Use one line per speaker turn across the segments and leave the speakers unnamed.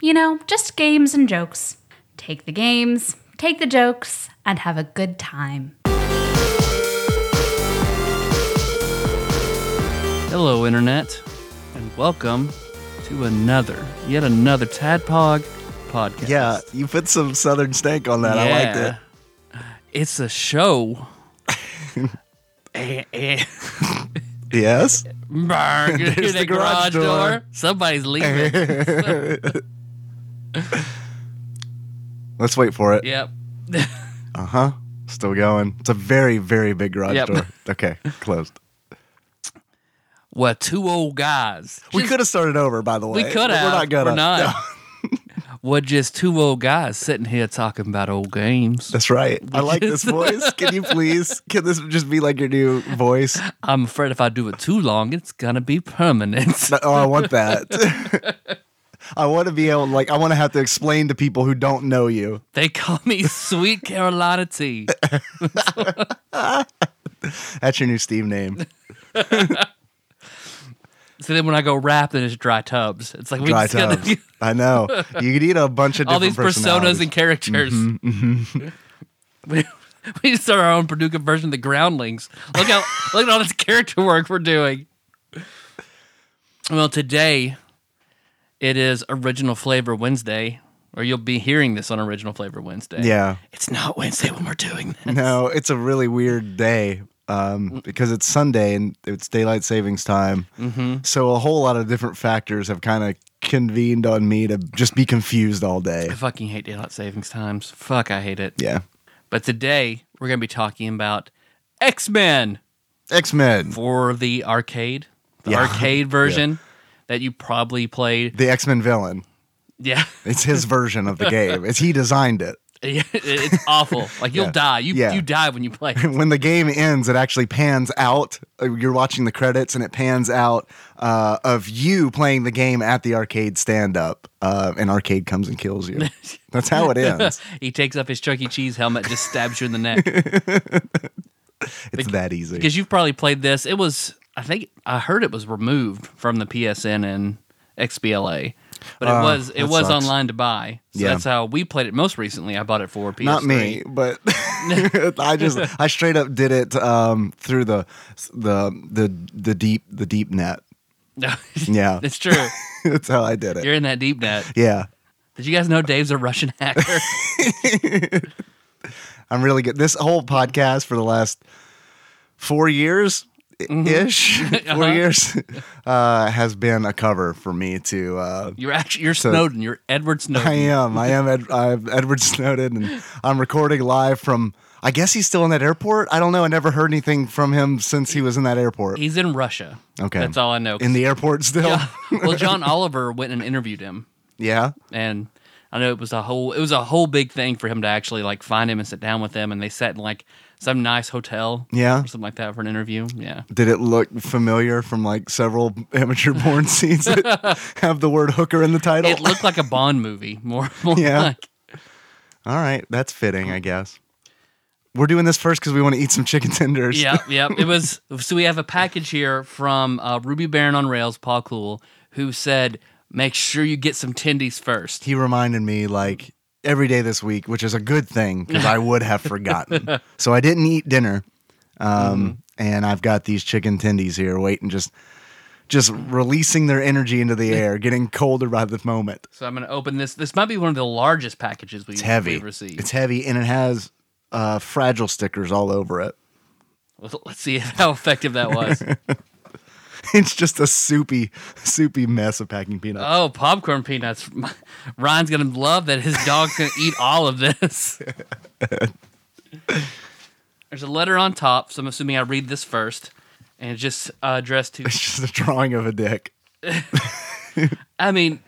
You know, just games and jokes. Take the games, take the jokes, and have a good time.
Hello, Internet, and welcome to another, yet another Tadpog podcast.
Yeah, you put some southern snake on that. I liked it.
Yeah. It's a show. Eh, eh.
Yes.
Bark. Hear
the
that
garage door.
Somebody's leaving.
Let's wait for it.
yep.
Uh huh. Still going. It's a very, very big garage
Yep.
door. Okay, closed.
Well, two old guys.
We
Just-
could have started over, by the way.
We could
but
have.
We're not gonna.
We're not.
No,
We're just two old guys sitting here talking about old games.
that's right. I like this voice. Can you please? Can this just be like your new voice?
I'm afraid if I do it too long, it's gonna be permanent.
No, Oh, I want that. I want to be able, like, I want to have to explain to people who don't know you.
they call me Sweet Carolina Tea.
That's your new Steve name.
So then when I go rap, then it's dry tubs. It's like we
Dry
just gotta
tubs. I know. You could eat a bunch of
all these
different
personas
personalities. Mm-hmm,
and characters. we, we just start our own Paducah version of the Groundlings. Look how look at all this character work we're doing. Well, today it is Original Flavor Wednesday, or you'll be hearing this on Original Flavor Wednesday.
yeah.
it's not Wednesday when we're doing this.
No, it's a really weird day um, because it's Sunday and it's daylight savings time. Mm-hmm. So a whole lot of different factors have kind of convened on me to just be confused all day.
I fucking hate daylight savings times. Fuck, I hate it.
Yeah.
But today we're gonna be talking about X Men.
X Men,
for the arcade, the
Yeah.
arcade version that you probably played.
the X Men villain.
Yeah,
It's his version of the game. It's he designed it.
It- it's awful. Like you'll die. You
Yeah.
you die when you play. it.
When the game ends, it actually pans out. uh, You're watching the credits, and it pans out uh, of you playing the game at the arcade stand up. Uh, and arcade comes and kills you. That's how it ends.
he takes off his Chuck E. Cheese helmet, just stabs you in the neck.
It's that easy.
Because you've probably played this. It was, I think, I heard it was removed from the PSN and XBLA, but it
Uh,
was it
that
was
sucks.
online to buy. So
Yeah.
that's how we played it most recently. I bought it for PS3.
not me but i just i straight up did it um through the the the the deep the deep net
No,
Yeah.
it's true.
that's how i did it
You're in that deep net.
yeah
Did you guys know Dave's a Russian hacker?
i'm really good this whole podcast for the last four years i- ish 4
Uh-huh.
years uh has been a cover for me to uh
You're actually you're Snowden. You're Edward Snowden.
I am. I am. Ed, I'm Edward Snowden, and I'm recording live from. I guess he's still in that airport. I don't know. I never heard anything from him since he was in that airport.
He's in Russia.
Okay.
that's all I know.
in the airport still.
well, John Oliver went and interviewed him,
Yeah.
and I know it was a whole it was a whole big thing for him to actually like find him and sit down with him, and they sat in like some nice hotel,
Yeah.
or something like that for an interview. Yeah,
Did it look familiar from like several amateur porn scenes that have the word hooker in the title?
it looked like a Bond movie more. more
Yeah.
like,
All right. That's fitting, I guess. We're doing this first because we want to eat some chicken tenders.
yeah, yeah. It was so we have a package here from uh, Ruby Baron on Rails, Paul Cool, who said make sure you get some tendies first.
He reminded me like every day this week, which is a good thing because I would have forgotten. So I didn't eat dinner.
Mm-hmm.
Um, And I've got these chicken tendies here waiting, just just releasing their energy into the air, getting colder by the moment.
So I'm gonna open this. This might be one of the largest packages we
It's heavy.
we've received.
It's heavy and it has uh, fragile stickers all over it.
Well, Let's see how effective that was.
It's just a soupy, soupy mess of packing peanuts.
oh, popcorn peanuts. Ryan's going to love that his dog's going to eat all of this. There's a letter on top, so I'm assuming I read this first. And it's just uh, addressed to,
It's just a drawing of a dick.
I mean,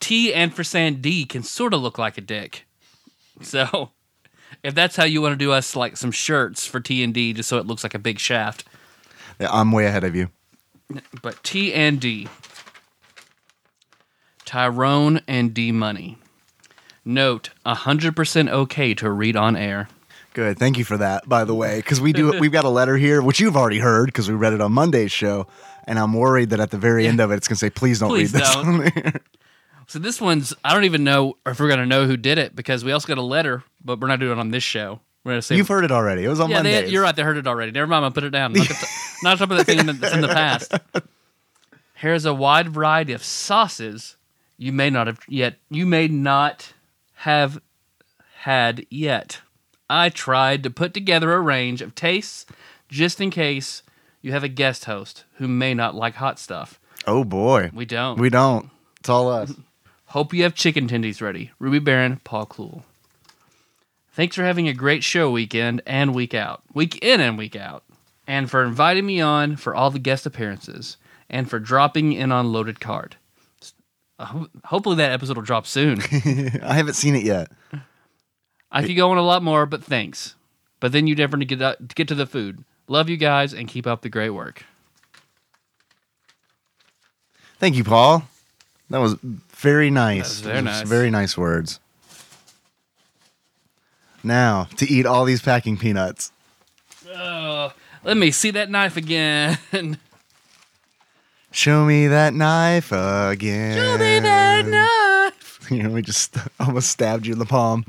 T ampersand D can sort of look like a dick. So if that's how you want to do us like some shirts for T and D just so it looks like a big shaft.
Yeah, I'm way ahead of you.
But T and D. Tyrone and D Money. Note 100% okay to read on air.
Good. Thank you for that, by the way, because we do. We've got a letter here, which you've already heard because we read it on Monday's show, and I'm worried that at the very end of it, it's going to say, "Please don't
Please
read this."
don't. So this one's I don't even know if we're gonna know who did it because we also got a letter, but we're not doing it on this show. We're gonna say
You've heard it already. It was on
yeah,
Monday.
they, you're right. They heard it already. Never mind. I put it down. Not, the, not something that thing in the, that's in the past. Here's a wide variety of sauces you may not have yet. You may not have had yet. I tried to put together a range of tastes just in case you have a guest host who may not like hot stuff.
Oh boy,
We don't.
we don't. It's all us.
Hope you have chicken tendies ready. Ruby Baron, Paul Kluhl. Thanks for having a great show weekend and week out, week in and week out, and for inviting me on for all the guest appearances and for dropping in on Loaded Card. Uh, ho- Hopefully that episode will drop soon.
I haven't seen it yet.
I could go on a lot more, but thanks. But then you never get up, get to the food. Love you guys and keep up the great work.
Thank you, Paul. That was very
That was
nice.
very
It
nice.
Very nice words. Now to eat all these packing peanuts.
Let me see that knife again.
Show me that knife again.
Show me that knife.
You know, we just almost stabbed you in the palm.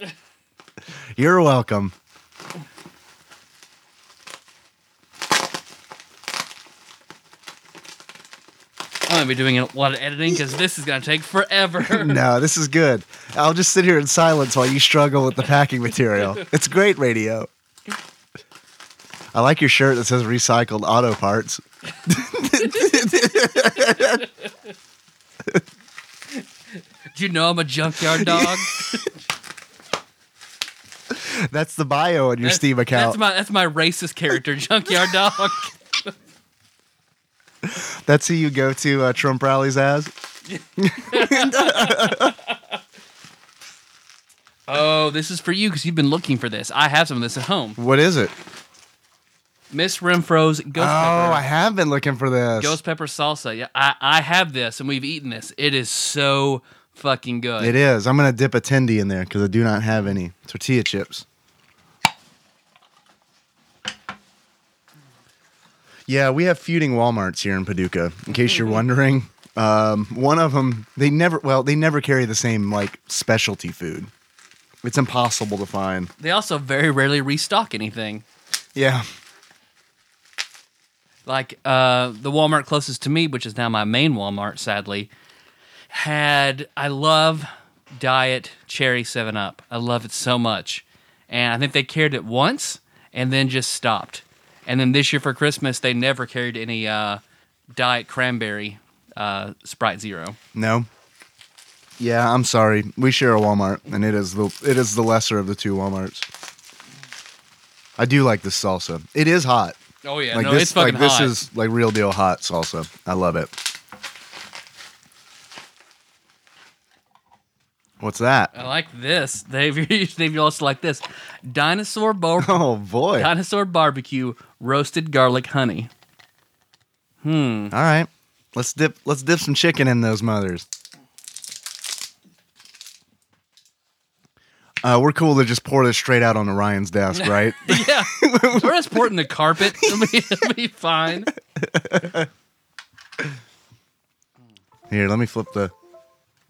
You're welcome.
I'm gonna be doing a lot of editing because this is gonna take forever.
No, this is good. I'll just sit here in silence while you struggle with the packing material. It's great radio. I like your shirt that says recycled auto parts.
Do you know I'm a junkyard dog?
That's the bio on your
That's-
Steam account.
That's my that's my racist character, junkyard dog.
That's who you go to uh, Trump rallies as.
Oh, this is for you because you've been looking for this. I have some of this at home.
What is it?
Miss Renfro's ghost
Oh,
pepper.
I have been looking for this.
Ghost pepper salsa. Yeah, I, I have this and we've eaten this. It is so fucking good.
It is. I'm gonna dip a tendy in there because I do not have any tortilla chips. Yeah, we have feuding WalMarts here in Paducah. In case
Mm-hmm.
you're wondering, um, one of them they never well they never carry the same like specialty food. It's impossible to find.
They also very rarely restock anything.
Yeah,
Like uh, the Walmart closest to me, which is now my main Walmart, sadly, had I love Diet Cherry Seven Up. I love it so much, and I think they carried it once and then just stopped. And then this year for Christmas, they never carried any uh, Diet Cranberry uh, Sprite Zero.
no. Yeah, I'm sorry. We share a Walmart, and it is the it is the lesser of the two WalMarts. I do like this salsa. It is hot.
Oh yeah,
like
no,
this,
it's fucking
like this
hot.
is like real deal hot salsa. I love it. What's that?
I like this. They've they've also like this dinosaur bar-
Oh boy! All
dinosaur barbecue roasted garlic honey.
right, let's dip. Let's dip some chicken in those mothers. Uh, we're cool to just pour this straight out on Orion's desk, right?
Yeah, we're just pouring the carpet. It'll be, it'll be fine.
Here, let me flip the.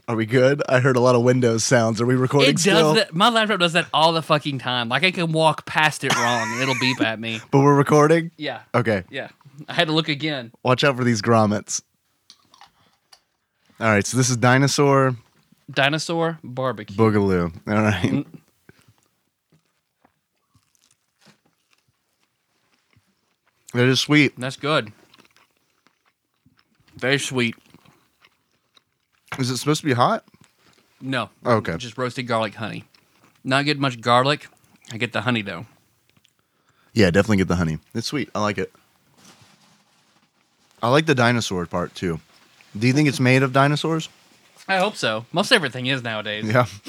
Are we good? I heard a lot of Windows sounds. Are we recording
It
still?
does that. My laptop does that all the fucking time. Like I can walk past it wrong, and it'll beep at me.
But we're recording.
Yeah,
Okay.
yeah. I had to look again.
Watch out for these grommets. All right, so this is dinosaur
Dinosaur barbecue.
boogaloo. All right. That is sweet.
That's good. Very sweet.
Is it supposed to be hot?
No.
Okay.
Just roasted garlic honey. Not get much garlic. I get the honey though.
Yeah, definitely get the honey. It's sweet. I like it. I like the dinosaur part too. Do you think it's made of dinosaurs?
I hope so. Most everything is nowadays.
Yeah.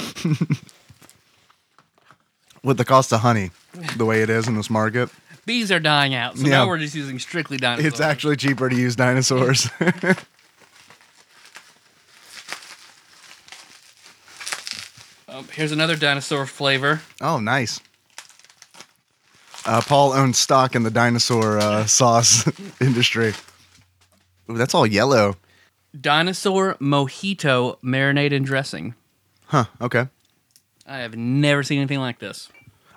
With the cost of honey, the way it is in this market,
Bees are dying out, so
Yeah.
now we're just using strictly dinosaurs.
it's actually cheaper to use dinosaurs.
Oh, here's another dinosaur flavor.
oh, nice. Uh, Paul owns stock in the dinosaur uh, sauce industry. Ooh, that's all yellow.
Dinosaur mojito marinade and dressing.
Huh. Okay.
I have never seen anything like this.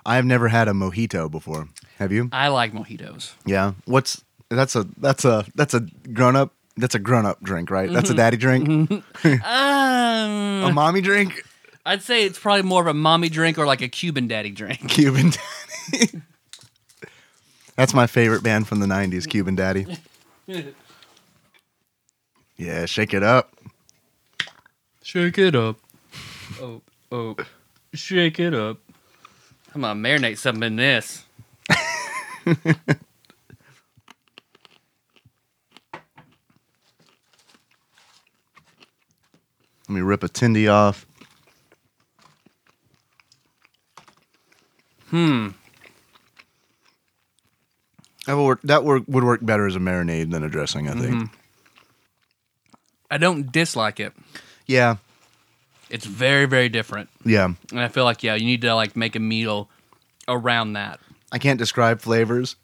I have never had a mojito before. Have you?
I like mojitos.
Yeah. What's that's a that's a that's a grown up that's a grown up drink, right? That's a daddy drink,
Um,
a mommy drink,
I'd say it's probably more of a mommy drink or like a Cuban daddy drink.
Cuban daddy. that's my favorite band from the '90s, Cuban Daddy. Yeah, shake it up.
Shake it up. Oh, oh. Shake it up. I'm going to marinate something in this.
Let me rip a tindy off. Hmm. That would work, that work, would work better as a marinade than a dressing, I think.
I don't dislike it.
Yeah,
It's very, very different.
yeah.
And I feel like, yeah, you need to like make a meal around that.
I can't describe flavors,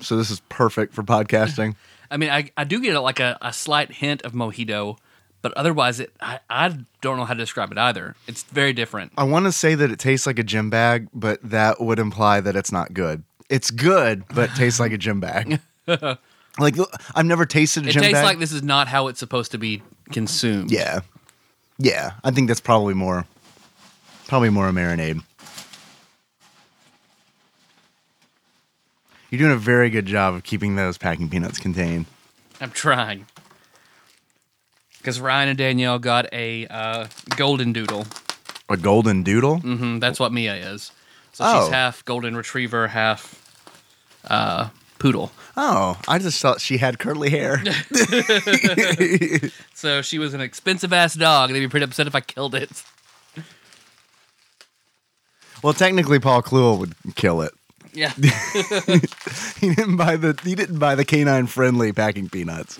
so this is perfect for podcasting.
I mean, I, I do get like a, a slight hint of mojito, but otherwise, it I, I don't know how to describe it either. It's very different.
I want to say that it tastes like a gym bag, but that would imply that it's not good. It's good, but it tastes like a gym bag. like I've never tasted a
It
gym
tastes
bag.
like this is not how it's supposed to be consumed.
Yeah. Yeah. I think that's probably more probably more a marinade. You're doing a very good job of keeping those packing peanuts contained.
I'm trying. Because Ryan and Danielle got a uh, golden doodle.
A golden doodle?
hmm that's what Mia is. So
Oh.
she's half golden retriever, half uh, poodle.
Oh, I just thought she had curly hair.
So she was an expensive ass dog, and they'd be pretty upset if I killed it.
well, technically Paul Kluel would kill it.
Yeah.
He didn't buy the he didn't buy the canine friendly packing peanuts.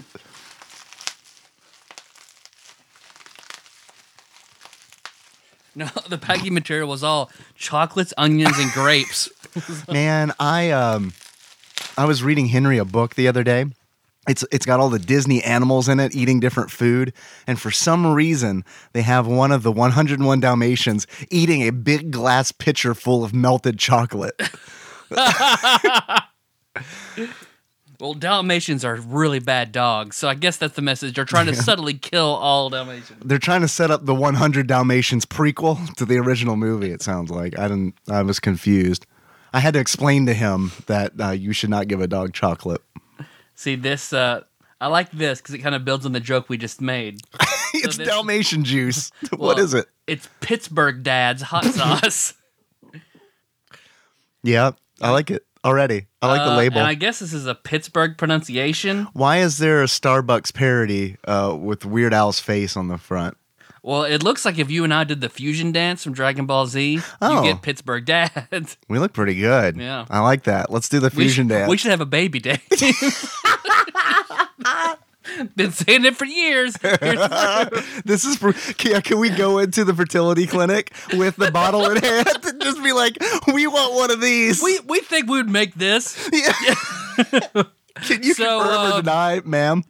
no, the packing material was all chocolates, onions, and grapes.
Man, I um I was reading Henry a book the other day. It's it's got all the Disney animals in it eating different food, and for some reason they have one of the 101 Dalmatians eating a big glass pitcher full of melted chocolate.
Well, Dalmatians are really bad dogs, so I guess that's the message. They're trying to subtly kill all Dalmatians.
They're trying to set up the 100 Dalmatians prequel to the original movie. It sounds like I didn't. I was confused. I had to explain to him that uh, you should not give a dog chocolate.
See this? Uh, I like this because it kind of builds on the joke we just made.
it's
this-
Dalmatian juice. what
Well,
is it?
It's Pittsburgh Dad's hot sauce.
Yeah, I like it already. I like the
Uh,
label.
And I guess this is a Pittsburgh pronunciation.
Why is there a Starbucks parody uh, with Weird Al's face on the front?
Well, it looks like if you and I did the fusion dance from Dragon Ball Z,
Oh.
you get Pittsburgh Dad.
We look pretty good.
Yeah.
I like that. Let's do the
We
fusion
should,
dance.
We should have a baby day. Been saying it for years. Here's-
This is for, yeah, can we go into the fertility clinic with the bottle in hand and just be like, we want one of these?
we we think we would make this.
Yeah. can you
So, uh,
confirm or deny, ma'am?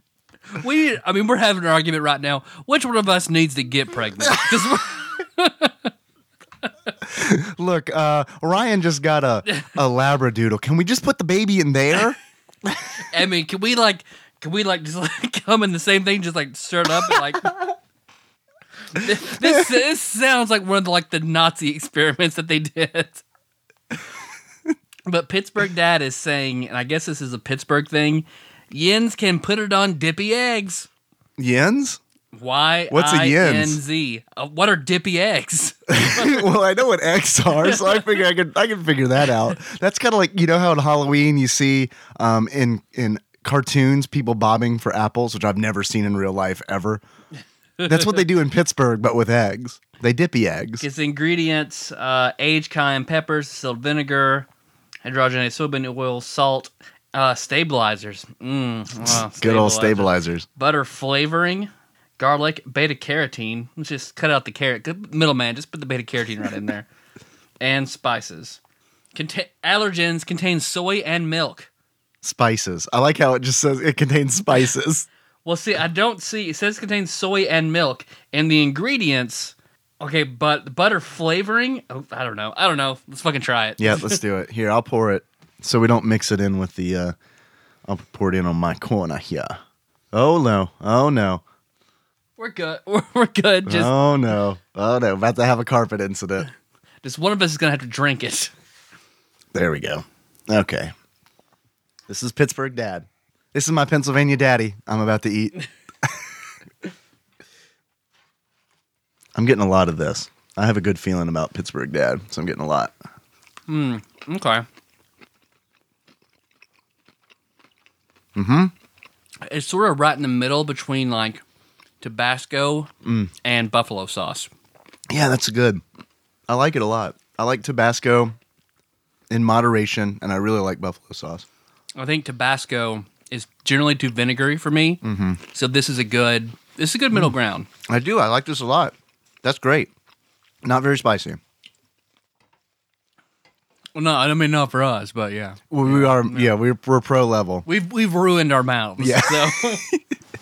We I mean we're having an argument right now. Which one of us needs to get pregnant? 'Cause we're-
Look, uh, Ryan just got a, a labradoodle. Can we just put the baby in there?
I mean, can we like can we like just like come in the same thing, just like stir it up and like this, this this sounds like one of the like the Nazi experiments that they did. But Pittsburgh Dad is saying, and I guess this is a Pittsburgh thing, yens can put it on dippy eggs.
Yens?
Why?
What's a yens?
Y-N-Z. Uh, what are dippy eggs?
well, I know what X are, so I figure I could I can figure that out. That's kind of like you know how on Halloween you see um, in in cartoons people bobbing for apples, which I've never seen in real life ever. That's what they do in Pittsburgh, but with eggs. They dippy eggs.
Its ingredients: uh, aged cayenne peppers, distilled vinegar, hydrogenated soybean oil, salt, uh, stabilizers. Mm, wow,
Good old
stabilizer.
stabilizers.
butter flavoring, garlic, beta carotene. Let's just cut out the carrot. Good Middleman, just put the beta carotene right in there. And spices. Contain- allergens contain soy and milk.
Spices. I like how it just says it contains spices.
Well, see, I don't see. It says it contains soy and milk, and the ingredients. Okay, but butter flavoring. Oh, I don't know. I don't know. Let's fucking try it.
Yeah, let's do it. Here, I'll pour it so we don't mix it in with the. Uh, I'll pour it in on my corner here. Oh no! Oh no!
We're good. We're, we're good. Just,
oh no! Oh no! About to have a carpet incident.
just one of us is gonna have to drink it.
There we go. Okay. This is Pittsburgh Dad. This is my Pennsylvania daddy. I'm about to eat. I'm getting a lot of this. I have a good feeling about Pittsburgh Dad, so I'm getting a lot.
Okay. Mm-hmm. It's sort of right in the middle between like Tabasco and buffalo sauce.
Yeah, that's good. I like it a lot. I like Tabasco in moderation, and I really like buffalo sauce.
I think Tabasco is generally too vinegary for me. Mm-hmm. Mm. So this is a good this is a good middle ground.
I do. I like this a lot. That's great. Not very spicy.
Well, no, I mean not for us, but yeah,
Well, we are. Yeah, we're, we're pro level,
we've we've ruined our mouths.
Yeah.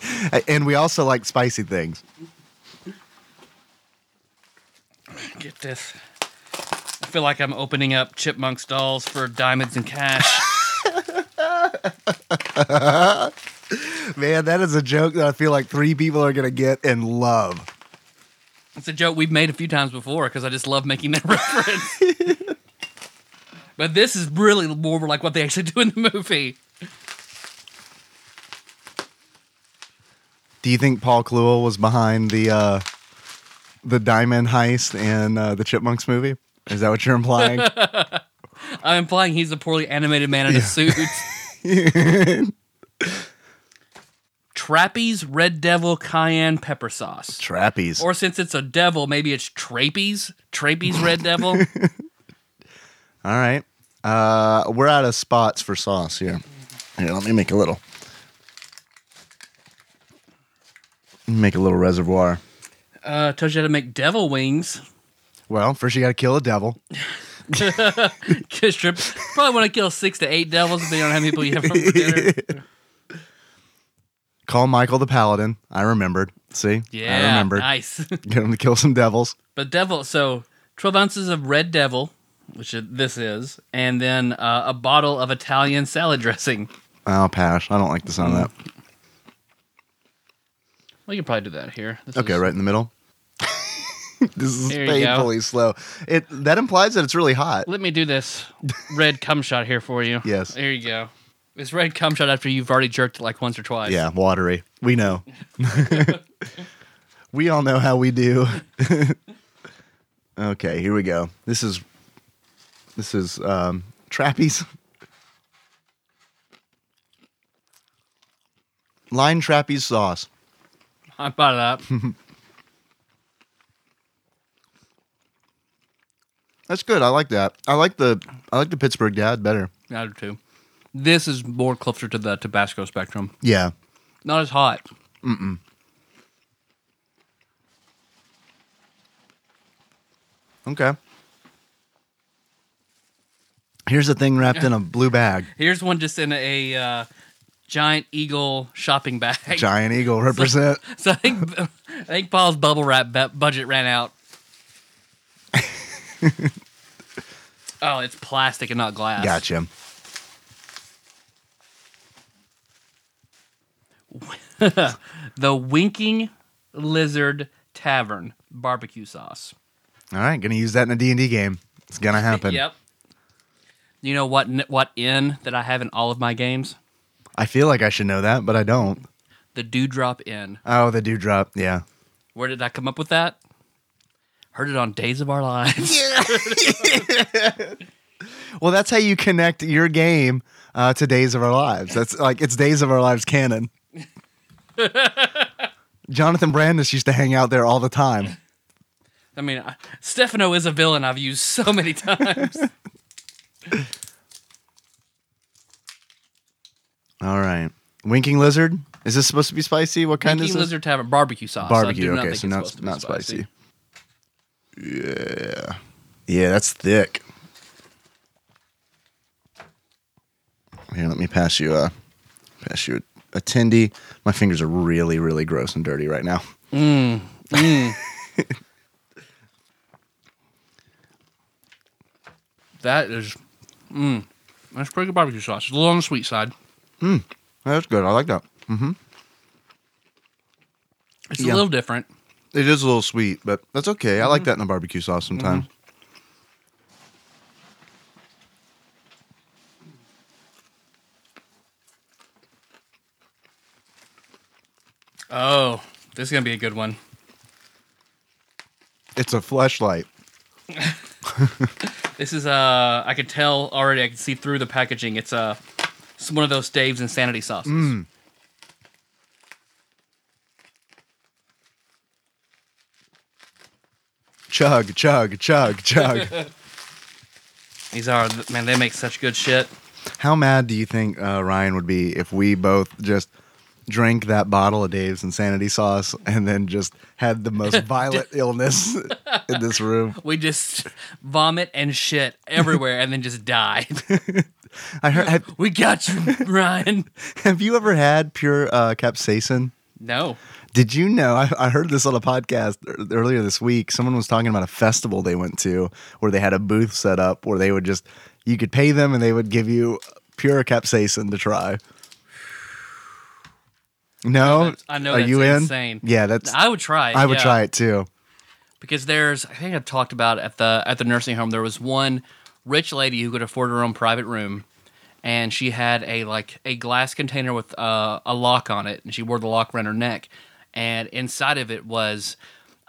So
A- and we also like spicy things.
get this. I feel like I'm opening up chipmunks dolls for diamonds and cash.
Man, that is a joke that I feel like three people are gonna get and love.
It's a joke we've made a few times before because I just love making that reference. but this is really more like what they actually do in the movie.
Do you think Paul Kluel was behind the uh, the diamond heist in uh, the Chipmunks movie? Is that what you're implying?
I'm implying he's a poorly animated man in a suit. Trappies, Red Devil, Cayenne Pepper Sauce.
Trappies.
Or since it's a devil, maybe it's Trappies. Trappies, Red Devil.
All right, uh, we're out of spots for sauce here. Here, let me make a little. Make a little reservoir.
Uh, tells you how to make devil wings.
Well, first you got to kill a devil.
Kiss trip. Probably want to kill six to eight devils if they don't have people you have for dinner.
Call Michael the Paladin. I remembered. See,
Yeah,
I remembered.
nice.
Get him to kill some devils.
But devil, so twelve ounces of red devil, which it- this is, and then uh, a bottle of Italian salad dressing.
Oh, pash. I don't like the sound of that.
We can probably do that here. This
Okay,
is-
right in the middle. this is
There you go.
painfully slow. It that implies that it's really hot.
Let me do this red cum shot here for you.
Yes.
There you go. It's red cum shot after you've already jerked it like once or twice.
Yeah, watery. We know. we all know how we do. okay, here we go. This is this is um trappies. Line trappies sauce.
I bought it up.
That's good. I like that. I like the I like the Pittsburgh dad better.
Out of two. This is more closer to the Tabasco spectrum.
Yeah.
Not as hot.
Okay. Here's a thing wrapped in a blue bag.
Here's one just in a uh, giant eagle shopping bag.
Giant eagle represent.
So I think I think Paul's bubble wrap bu- budget ran out. oh, it's plastic and not glass.
Gotcha.
The Winking Lizard Tavern barbecue sauce.
All right, gonna use that in a D and D game. It's gonna happen.
Yep. You know what n- what in that I have in all of my games?
I feel like I should know that, but I don't.
The Dewdrop Inn.
Oh, the dewdrop. Yeah.
Where did I come up with that? Heard it on Days of Our Lives.
Well, that's how you connect your game uh, to Days of Our Lives. That's like it's Days of Our Lives canon. Jonathan Brandis used to hang out there all the time.
I mean, I- Stefano is a villain I've used so many times.
All right. Winking Lizard. Is this supposed to be spicy? What kind
King
is this?
Lizard Tavern barbecue sauce. I
Barbecue.
do not
okay,
think
so
it's
not
supposed to be
not spicy. Yeah. Yeah, that's thick. Here, let me pass you a pass you a tendy. My fingers are really, really gross and dirty right now.
That is, mm, that's pretty good barbecue sauce. It's a little on the sweet side.
That's good. I like that.
It's
Yeah.
a little different.
It is a little sweet, but that's okay. I like that in a barbecue sauce sometimes.
Oh, this is gonna be a good one.
It's a fleshlight.
This is uh, I could tell already. I can see through the packaging. It's uh, it's one of those Dave's insanity sauces.
Chug, chug, chug, chug.
These are man, they make such good shit.
How mad do you think uh, Ryan would be if we both just drank that bottle of Dave's Insanity Sauce and then just had the most violent illness in this room?
We just vomit and shit everywhere, and then just die.
I heard, have,
we got you, Ryan.
have you ever had pure uh, capsaicin?
No,
Did you know? I, I heard this on a podcast ear- earlier this week. Someone was talking about a festival they went to where they had a booth set up where they would just, you could pay them and they would give you pure capsaicin to try. No,
I know.
Are
that's
you
insane.
in? Yeah, that's.
I would try. It,
I would
yeah.
try it too.
because there's I think I talked about it at the at the nursing home there was one rich lady who could afford her own private room and she had a like a glass container with uh, a lock on it and she wore the lock around her neck and inside of it was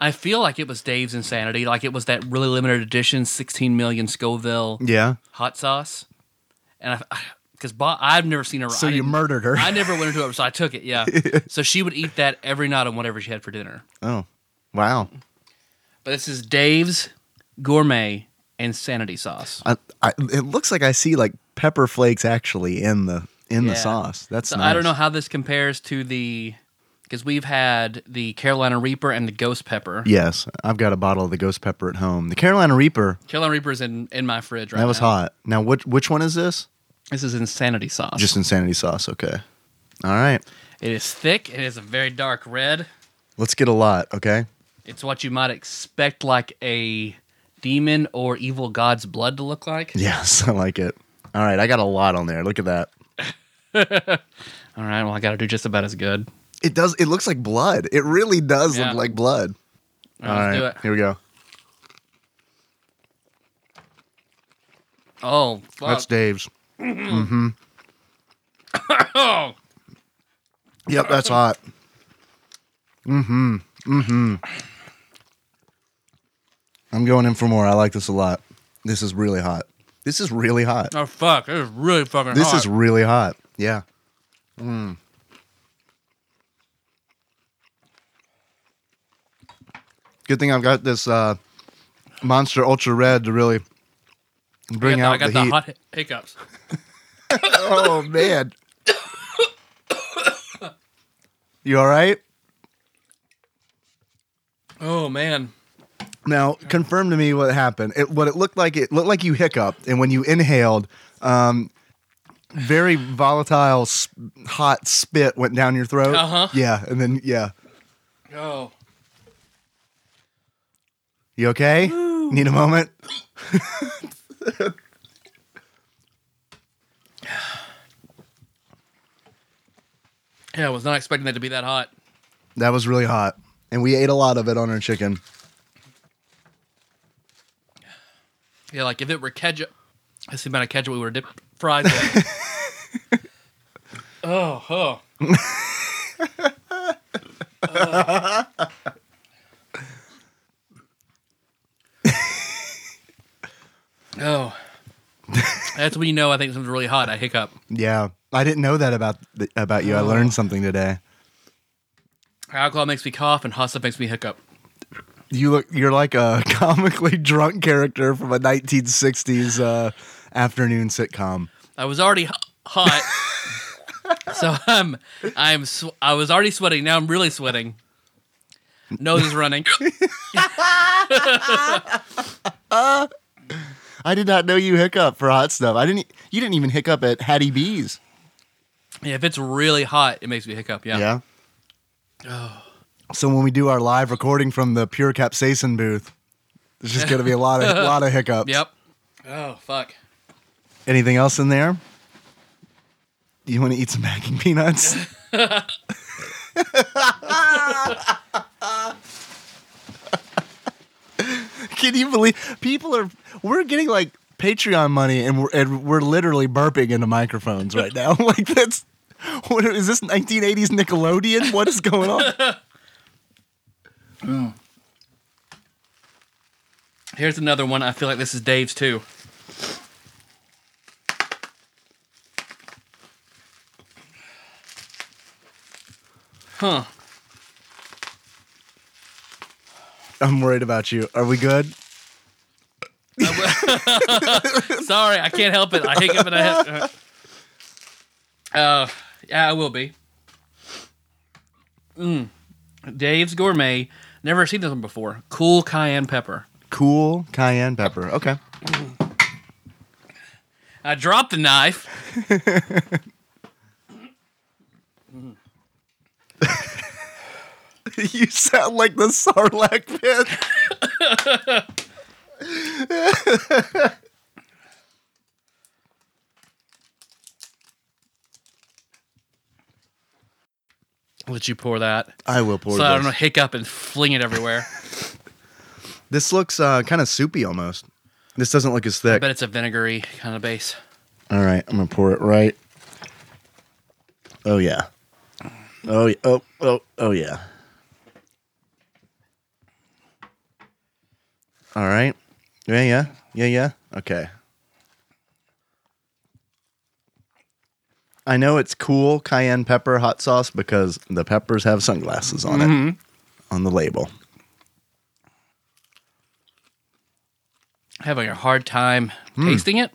I feel like it was Dave's insanity like it was that really limited edition 16 million Scoville
Yeah.
hot sauce and I because Bob I've never seen her
So
I
you
didn't-
murdered her.
I never went into it so I took it yeah so she would eat that every night on whatever she had for dinner
oh, wow.
but this is Dave's gourmet insanity sauce.
I, I, it looks like I see like pepper flakes actually in the in the
Yeah.
sauce. That's
So
nice.
I don't know how this compares to the because we've had the Carolina Reaper and the Ghost Pepper.
Yes, I've got a bottle of the ghost pepper at home. The Carolina Reaper.
Carolina Reaper is in, in my fridge right
That was
now.
hot. Now, which which one is this?
This is insanity sauce.
Just insanity sauce. Okay. All right.
it is thick. It is a very dark red.
Let's get a lot. Okay.
It's what you might expect like a demon or evil god's blood to look like.
Yes, I like it. All right, I got a lot on there. Look at that.
All right, well I got to do just about as good.
It does. It looks like blood. It really does
Yeah.
look like blood.
All
All
right,
right,
let's do it.
here we go.
Oh, fuck. Mm-hmm.
That's Dave's. Mm-hmm.
oh,
Yep, that's hot. Mm-hmm. Mm-hmm. I'm going in for more. I like this a lot. This is really hot. This is really hot.
oh fuck. It is really fucking
This
hot.
is really hot. Yeah. Mm. Good thing I've got this uh, Monster Ultra Red to really
I got
bring
the- I
out
got
the,
the,
heat.
hot hic- hiccups.
Oh man. you all right?
Oh man.
Now, confirm to me what happened. It, what it looked like, it looked like you hiccuped, and when you inhaled, um, very volatile, s- hot spit went down your throat.
Uh-huh.
Yeah, and then yeah.
Oh.
You okay? Need a moment?
Yeah, I was not expecting that to be that hot.
That was really hot, and we ate a lot of it on our chicken.
Yeah, like if it were ketchup, that's the amount of ketchup we would have dipped fries in. oh, oh. Uh. oh. That's when you know I think something's really hot. I hiccup.
Yeah, I didn't know that about th- about you. I learned something today.
Alcohol makes me cough, and hot stuff makes me hiccup.
You look you're like a comically drunk character from a 1960s uh, afternoon sitcom.
I was already h- hot, so I'm I'm sw- I was already sweating. Now I'm really sweating. Nose is running.
I did not know you hiccup for hot stuff. I didn't e, you didn't even hiccup at Hattie B's.
Yeah, if it's really hot, it makes me hiccup. Yeah.
Yeah. So when we do our live recording from the pure capsaicin booth, there's just gonna be a lot of lot of hiccups.
Yep. Oh fuck.
Anything else in there? You want to eat some packing peanuts? Can you believe people are? We're getting like Patreon money, and we're and we're literally burping into microphones right now. like that's what is this 1980s Nickelodeon? What is going on?
Here's another one. I feel like this is Dave's too. Huh.
I'm worried about you. Are we good?
Sorry, I can't help it. I hiccup and I hit. Uh, yeah, I will be. Mm. Dave's Gourmet. Never seen this one before. Cool cayenne pepper.
Cool cayenne pepper. Okay.
I dropped the knife.
You sound like the Sarlacc pit.
I'll let you pour that.
I will pour
so I
this.
don't know, hiccup and fling it everywhere.
This looks uh, kind of soupy almost. This doesn't look as
I
thick.
bet it's a vinegary kind of base.
All right, I'm gonna pour it right. Oh yeah. Oh yeah. Oh oh oh yeah. All right. Yeah yeah yeah yeah. Okay. I know it's cool cayenne pepper hot sauce because the peppers have sunglasses on it on the label.
Having a hard time
Hmm.
tasting it,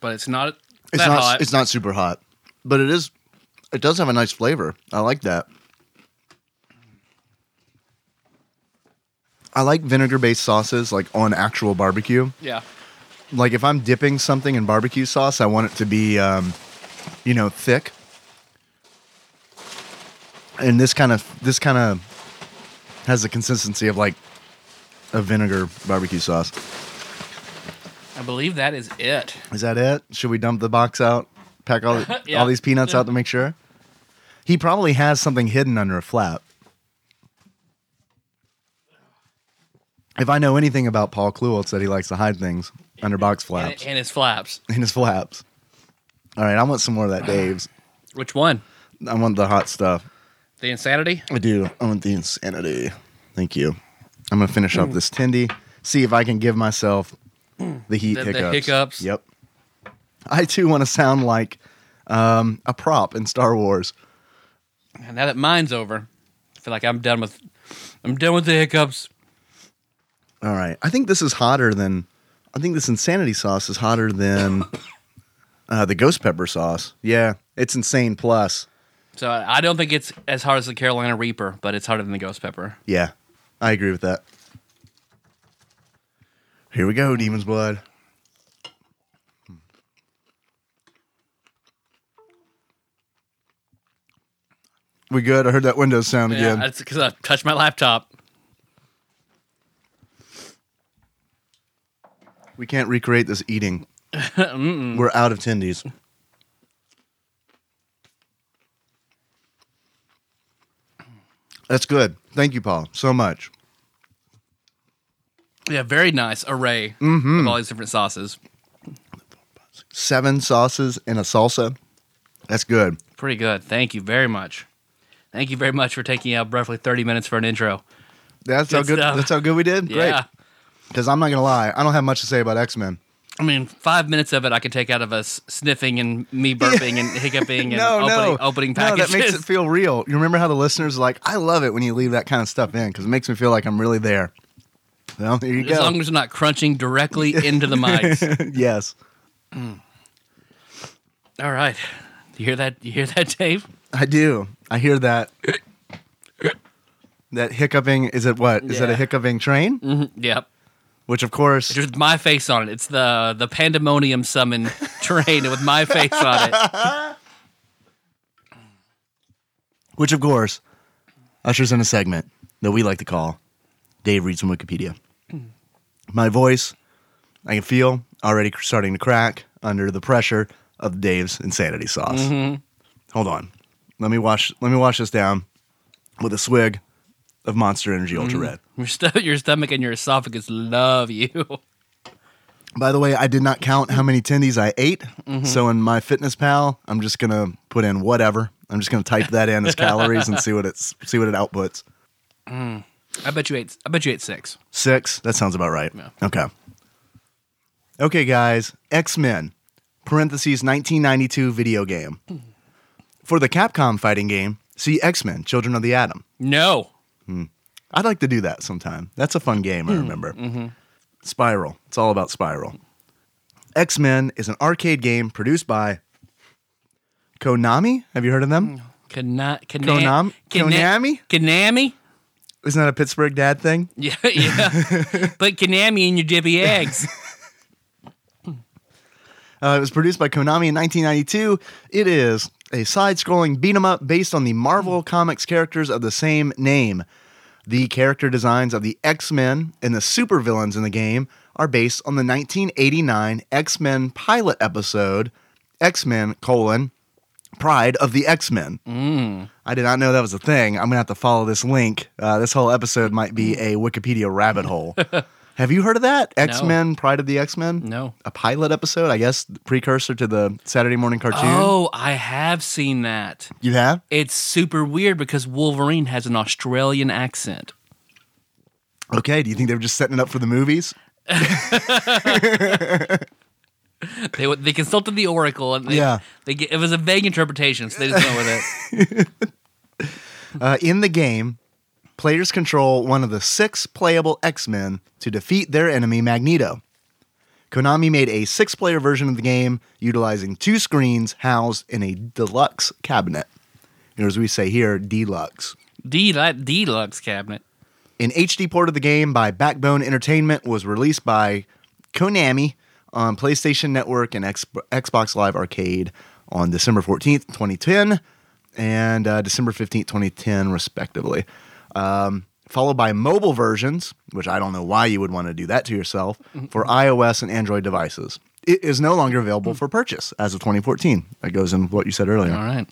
but it's not
It's
that
not
hot.
it's not super hot, but it is it does have a nice flavor. I like that. I like vinegar-based sauces like on actual barbecue.
yeah,
Like if I'm dipping something in barbecue sauce, I want it to be um, you know, thick. And this kind of this kind of has the consistency of like a vinegar barbecue sauce.
I believe that is it.
Is that it? Should we dump the box out? Pack all,
Yeah.
all these peanuts out to make sure? He probably has something hidden under a flap. If I know anything about Paul Kluel, it's that he likes to hide things under box
And,
flaps,
and it's flaps.
in his flaps. All right, I want some more of that Dave's.
Which one?
I want the hot stuff.
The insanity.
I do. I want the insanity. Thank you. I'm going to finish up this Tindy, see if I can give myself the heat
The- the
hiccups.
hiccups.
Yep. I too want to sound like um, a prop in Star Wars.
And now that mine's over, I feel like I'm done with. I'm done with the hiccups.
All right. I think this is hotter than. I think this insanity sauce is hotter than uh, the ghost pepper sauce. Yeah. It's insane plus.
So I I don't think it's as hard as the Carolina Reaper, but it's harder than the Ghost Pepper.
Yeah. I agree with that. Here we go, Demon's Blood. We good? I heard that Windows sound
Yeah,
again.
that's because I touched my laptop.
we can't recreate this eating. We're out of tendies. That's good. Thank you, Paul, so much.
Yeah, very nice array
Mm-hmm.
of all these different sauces.
Seven sauces and a salsa. That's good.
Pretty good. Thank you very much. Thank you very much for taking out roughly 30 minutes for an intro.
That's how
Good
good.
stuff.
That's how good we did. Great.
Yeah.
Because I'm not gonna lie, I don't have much to say about X Men.
I mean, five minutes of it I could take out of us sniffing and me burping and hiccuping and
no,
opening,
no,
opening
no,
packages.
that makes it feel real. You remember how the listeners are like, I love it when you leave that kind of stuff in because it makes me feel like I'm really there. Well, there you
as long
go.
as we're not crunching directly into the mics.
yes,
All right, you hear that? You hear that, Dave?
I do. I hear that. that hiccuping is it? What is it?
Yeah. Mm-hmm.
A hiccuping train?
Yep.
Which of course,
There's my face on it. It's the the pandemonium summon train with my face on it.
which of course, ushers in a segment that we like to call Dave reads from Wikipedia. My voice, I can feel already cr- starting to crack under the pressure of Dave's insanity sauce. Hold on, let me wash. Let me wash this down with a swig of Monster Energy Ultra Red.
Your, st- your stomach and your esophagus love you.
By the way, I did not count how many tendies I ate. So in my fitness pal, I'm just gonna put in whatever. I'm just gonna type that in as calories and see what it's see what it outputs.
I bet you ate. I bet you ate six.
Six. That sounds about right.
Yeah.
Okay. Okay, guys. X Men, parentheses 1992 video game. For the Capcom fighting game, see X Men: Children of the Atom.
No.
I'd like to do that sometime. That's a fun game, I remember. Spiral. It's all about Spiral. X Men is an arcade game produced by Konami. Have you heard of them?
Kana- Kana-
Konam- Konami?
Konami?
Isn't that a Pittsburgh dad thing?
Yeah, yeah. Put Konami in your dippy eggs.
Uh, it was produced by Konami in 1992. It is a side scrolling beat 'em up based on the Marvel Comics characters of the same name. The character designs of the X Men and the supervillains in the game are based on the 1989 X Men pilot episode, X Men: colon, Pride of the X Men. I did not know that was a thing. I'm gonna have to follow this link. Uh, this whole episode might be a Wikipedia rabbit hole. have you heard of that? X Men: Pride of the X Men.
No.
a pilot episode, I guess, precursor to the Saturday morning cartoon.
Oh, I have seen that.
You have?
It's super weird because Wolverine has an Australian accent.
Okay. Do you think they were just setting it up for the movies?
They w- they consulted the Oracle and they,
Yeah.
they get, it was a vague interpretation, so they just went with it.
Uh, in the game, players control one of the six playable X Men to defeat their enemy Magneto. Konami made a six player version of the game utilizing two screens housed in a deluxe cabinet. Or as we say here, deluxe.
D that deluxe cabinet.
An HD port of the game by Backbone Entertainment was released by Konami on PlayStation Network and X- Xbox Live Arcade on December 14th, 2010, and uh, December 15th, 2010, respectively. Um, followed by mobile versions, which I don't know why you would want to do that to yourself, for iOS and Android devices. It is no longer available for purchase as of 2014. That goes in with what you said
All
earlier.
right.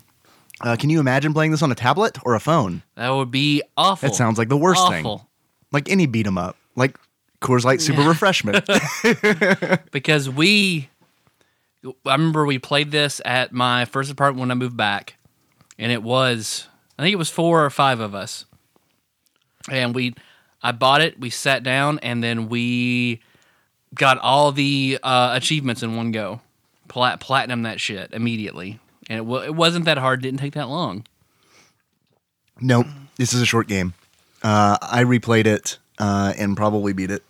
Uh, can you imagine playing this on a tablet or a phone?
That would be awful.
That sounds like the worst thing.
Awful.
like any beat 'em up, like Coors Light Super Refreshment.
because we I remember we played this at my first apartment when I moved back and it was I think it was four or five of us. And we I bought it, we sat down and then we got all the uh, achievements in one go. Plat- platinum that shit immediately. And it, wa it wasn't that hard, didn't take that long.
nope, this is a short game. Uh, I replayed it uh, and probably beat it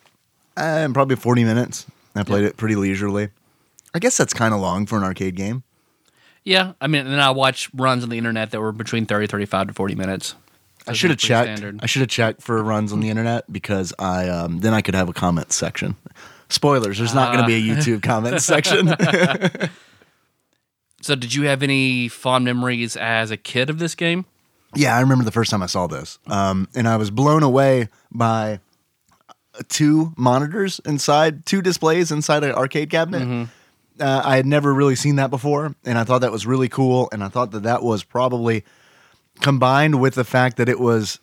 uh, in probably 40 minutes. I played it pretty leisurely. I guess that's kind of long for an arcade game.
Yeah, I mean, and then I watched runs on the internet that were between 30, 35 to 40 minutes.
I should have
pretty
checked.
standard.
I should have checked for runs on the internet because I um, then I could have a comment section. Spoilers: There's not going to
Uh.
be a YouTube comment section.
So, did you have any fond memories as a kid of this game?
Yeah, I remember the first time I saw this, um, and I was blown away by two monitors inside, two displays inside an arcade cabinet.
Mm-hmm.
Uh, I had never really seen that before, and I thought that was really cool. And I thought that that was probably combined with the fact that it was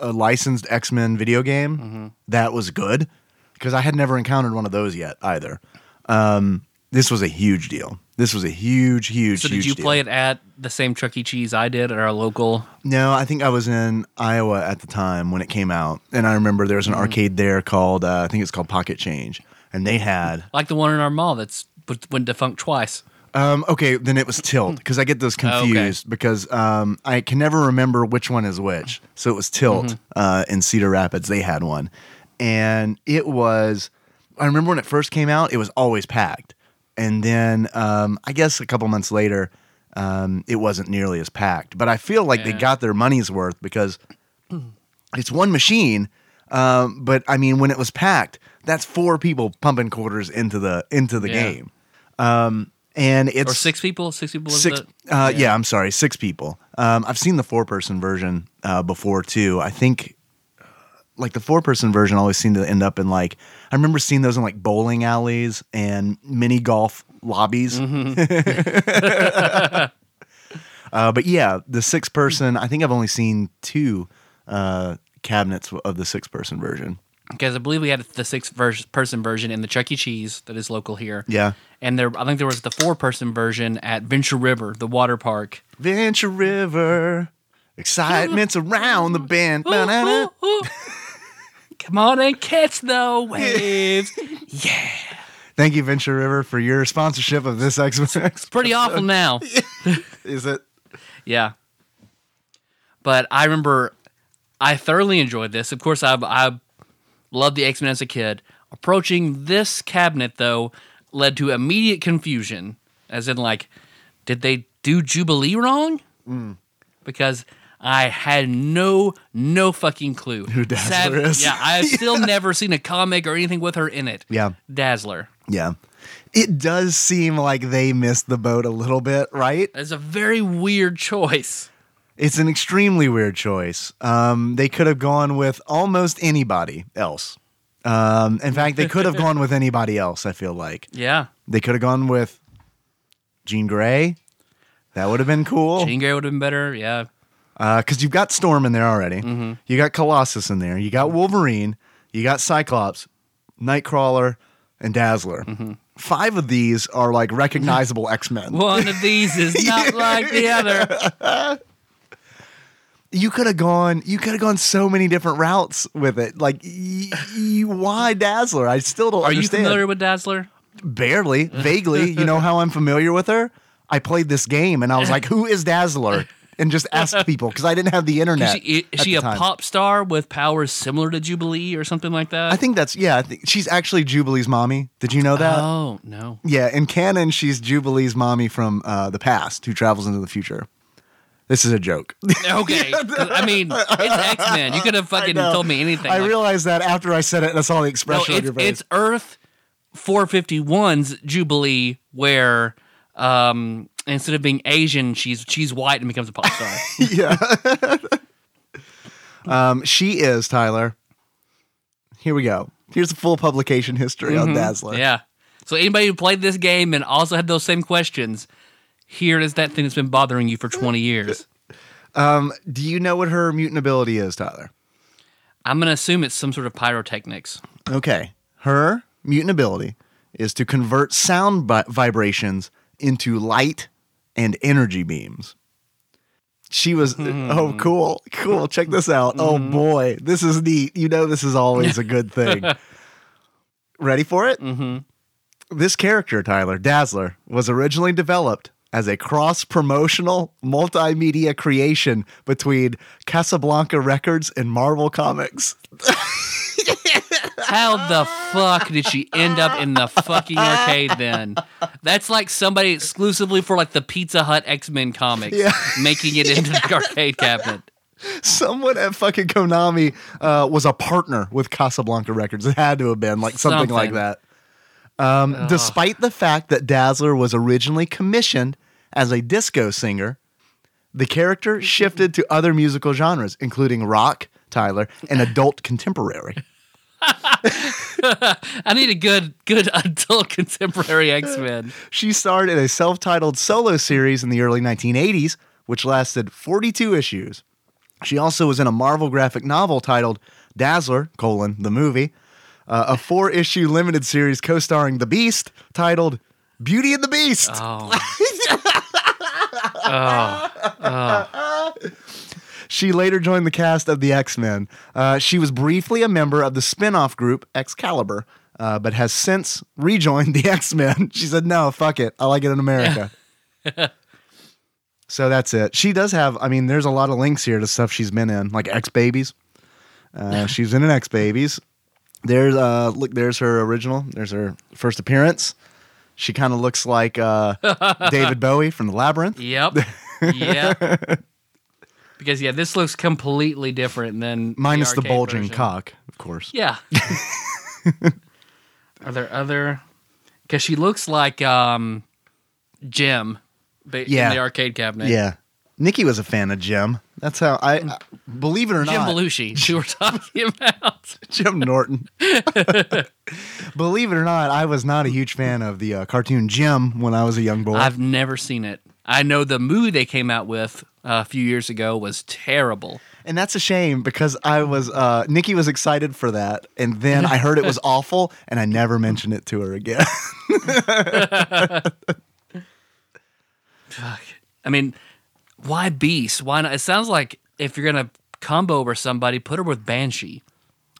a licensed X Men video game
Mm-hmm.
that was good because I had never encountered one of those yet either Um, This was a huge deal. This was a huge, huge,
So
huge
did you
deal.
play it at the same Chuck E. Cheese I did at our local?
No, I think I was in Iowa at the time when it came out, and I remember there was an arcade there called uh, I think it's called Pocket Change, and they had
like the one in our mall that's but went defunct twice.
um, okay. Then it was Tilt because I get those
Oh, okay.
confused because um, I can never remember which one is which. So it was Tilt
Mm-hmm.
uh, in Cedar Rapids. They had one, and it was I remember when it first came out, it was always packed, and then um, I guess a couple months later. Um, it wasn't nearly as packed, but I feel like they
Yeah.
got their money's worth because it's one machine um, but i mean when it was packed that's four people pumping quarters into the into the
Yeah.
game um, and it's
Or six people? Six people was
six
it?
uh, yeah. i'm sorry six people um, i've seen the four person version uh, before too i think like the four person version always seemed to end up in like i remember seeing those in like bowling alleys and mini golf lobbies
Mm-hmm.
uh, but yeah the six person i think i've only seen two uh, cabinets of the six person version
Because I believe we had the six vers- person version in the Chuck E. Cheese that is local here.
Yeah.
And there I think there was the four person version at Venture River, the water park.
venture river excitement's around the bend
Ooh,
Ba-na-na.
ooh, ooh. Come on and catch the waves.
Thank you, Venture River, for your sponsorship of this Xbox.
Pretty awful now.
Is it?
Yeah. But I remember I thoroughly enjoyed this. Of course, I, I loved the X Men as a kid. Approaching this cabinet, though, led to immediate confusion, as in, like, did they do Jubilee wrong?
Hmm.
Because I had no, no fucking clue. Who
Dazzler is.
Yeah, I have still never seen a comic or anything with her in it.
Yeah.
Dazzler.
Yeah. It does seem like they missed the boat a little bit, right?
That's a very weird choice.
It's an extremely weird choice. Um, they could have gone with almost anybody else. Um, in fact, they could have gone with anybody else, I feel like.
Yeah.
They could have gone with Jean Grey. That would have been cool.
Jean Grey would have been better. Yeah.
because Uh, you've got Storm in there already.
Mm-hmm.
You got Colossus in there. You got Wolverine. You got Cyclops, Nightcrawler, and Dazzler.
Mm-hmm.
Five of these are like recognizable X Men.
One of these is not like the other.
You could have gone. You could have gone so many different routes with it. Like, y- y- why Dazzler? I still don't
Are you
understand.
familiar with Dazzler?
Barely, vaguely. you know how I'm familiar with her. I played this game and I was like, "Who is Dazzler?" And just asked people because I didn't have the
Is
internet.
she, is
at
she
the
a
time.
pop star with powers similar to Jubilee or something like that?
I think uh, that's yeah. I think she's actually Jubilee's mommy. Did you know that?
oh no,
Yeah, in canon, she's Jubilee's mommy from uh, the past who travels into the future. This is a joke.
okay. 'Cause, I mean, it's X Men. You could have fucking
know.
told me anything.
I
Like,
realized that after I said it, and I saw the
no,
expression on
it's,
your face.
it's Earth 451's Jubilee, where um, instead of being Asian, she's she's white and becomes a pop star.
yeah. um, she is Tyler. Here we go. Here's the full publication history on Dazzler.
Mm-hmm. yeah. So anybody who played this game and also had those same questions, here is that thing that's been bothering you for twenty years.
Do you know what her mutant ability is, Tyler?
I'm gonna assume it's some sort of pyrotechnics.
Okay. Her mutant ability is to convert sound bi- vibrations into light and energy beams. She was oh cool, cool. Check this out. Oh boy, this is neat. You know this is always a good thing. Ready for it? Mm-hmm. This character, Tyler Dazzler, was originally developed as a cross-promotional multimedia creation between Casablanca Records and Marvel Comics.
How the fuck did she end up in the fucking arcade then? That's like somebody exclusively for like the Pizza Hut X Men comics making it into the arcade cabinet.
someone at fucking Konami uh, was a partner with Casablanca Records. It had to have been like something,
Something.
like that. Um, Despite the fact that Dazzler was originally commissioned as a disco singer, the character shifted to other musical genres, including rock, Tyler, and adult contemporary.
I need a good, good adult contemporary X Men.
She starred in a self titled solo series in the early 1980s, which lasted 42 issues. She also was in a Marvel graphic novel titled Dazzler, colon, the movie, uh, a four issue limited series co starring The Beast titled Beauty and the Beast.
Oh,
She later joined the cast of the X Men. Uh, she was briefly a member of the spin off group Excalibur, uh, but has since rejoined the X Men. she said, no, fuck it. I like it in America. so that's it. She does have, I mean, there's a lot of links here to stuff she's been in, like X Babies. Uh, she's in an X Babies. There's uh look there's her original. There's her first appearance. She kind of looks like uh, David Bowie from The Labyrinth.
yep, yep. Because yeah, this looks completely different than
Minus the,
arcade
bulging
E version.
cock, of course.
Yeah. Are there other? Because she looks like um, Jim, ba-
Yeah.
in the arcade cabinet.
Yeah. Nikki was a fan of Jim. That's how I, I believe it or
Mm. Jim
not,
Belushi, who we're talking about.
Jim Norton. believe it or not, I was not a huge fan of the uh, cartoon Jim when I was a young boy.
I've never seen it. I know the movie they came out with uh, a few years ago was terrible.
and that's a shame because I was uh, Nikki was excited for that, and then I heard it was awful, and I never mentioned it to her again.
I mean, why Beast? Why not? It sounds like if you're gonna combo over somebody, put her with Banshee.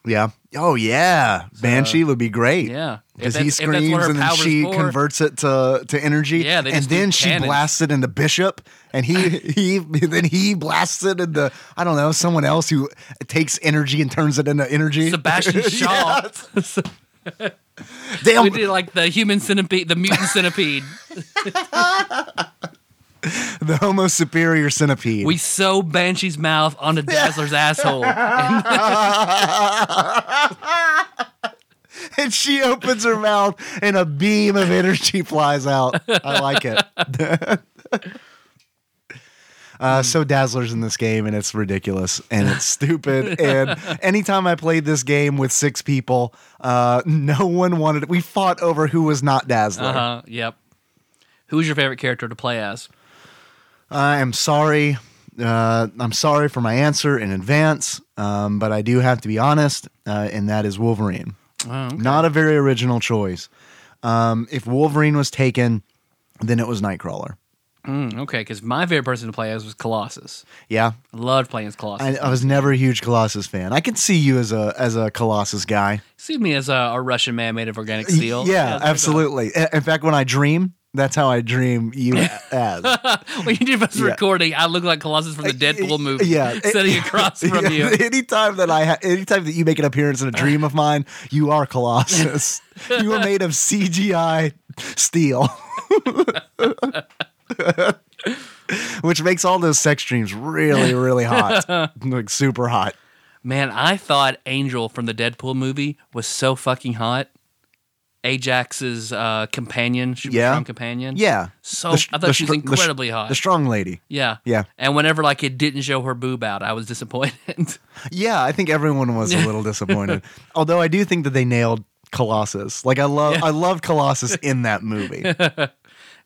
yeah. Oh yeah, Banshee would be great.
Yeah, If
Because he
that's- if that's what
screams
her
and then
power's
she
for.
converts it to, to energy.
Yeah, they
and
just do
then she
cannons.
blasts it into Bishop, and he he then he blasts it into I don't know someone else who takes energy and turns it into energy.
Sebastian Shaw.
Damn,
We did like the human centipede, the mutant centipede.
the Homo Superior Centipede.
We sew Banshee's mouth onto Dazzler's asshole. Uh-huh.
and she opens her mouth, and a beam of energy flies out. I like it. Uh, so Dazzler's in this game, and it's ridiculous and it's stupid. and anytime I played this game with six people, uh, no one wanted. We fought over who was not Dazzler.
Uh, yep. Who's your favorite character to play as?
I am sorry. Uh, I'm sorry for my answer in advance, um, but I do have to be honest, uh, and that is Wolverine. Not a very original choice. Um, if Wolverine was taken, then it was Nightcrawler.
Mm, okay, because my favorite person to play as was Colossus.
Yeah,
I loved playing as Colossus.
I, I was never a huge Colossus fan. I could see you as a as a Colossus guy.
See me as a, a Russian man made of organic steel.
Yeah,
that's what I
absolutely. I- In fact, when I dream, that's how I dream you as.
thought. when you did this
Yeah.
recording, I look like Colossus from the Deadpool movie.
yeah.
sitting across from you.
Anytime that I ha- anytime that you make an appearance in a dream of mine, you are Colossus. you are made of CGI steel. Which makes all those sex dreams really, really hot. like super hot.
Man, I thought Angel from the Deadpool movie was so fucking hot. Ajax's uh, companion, she was
Yeah.
strong companion.
Yeah.
So
The sh-
Oh, I thought
the
she
str-
was
the sh-
incredibly hot.
The strong lady.
yeah.
Yeah.
And whenever like it didn't show her boob out, I was disappointed.
Yeah, I think everyone was a little disappointed. Although I do think that they nailed Colossus. Like I love I love Colossus in that movie.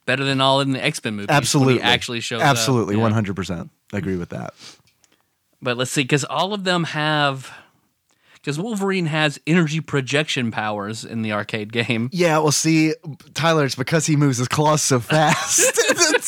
Better than all in the X Men movies. when he
Absolutely.
actually shows up.
Absolutely,
Yeah.
100%. Agree with that.
But let's see, because all of them have, because Wolverine has energy projection powers in the arcade game.
Yeah, well, see, Tyler, it's because he moves his claws so fast.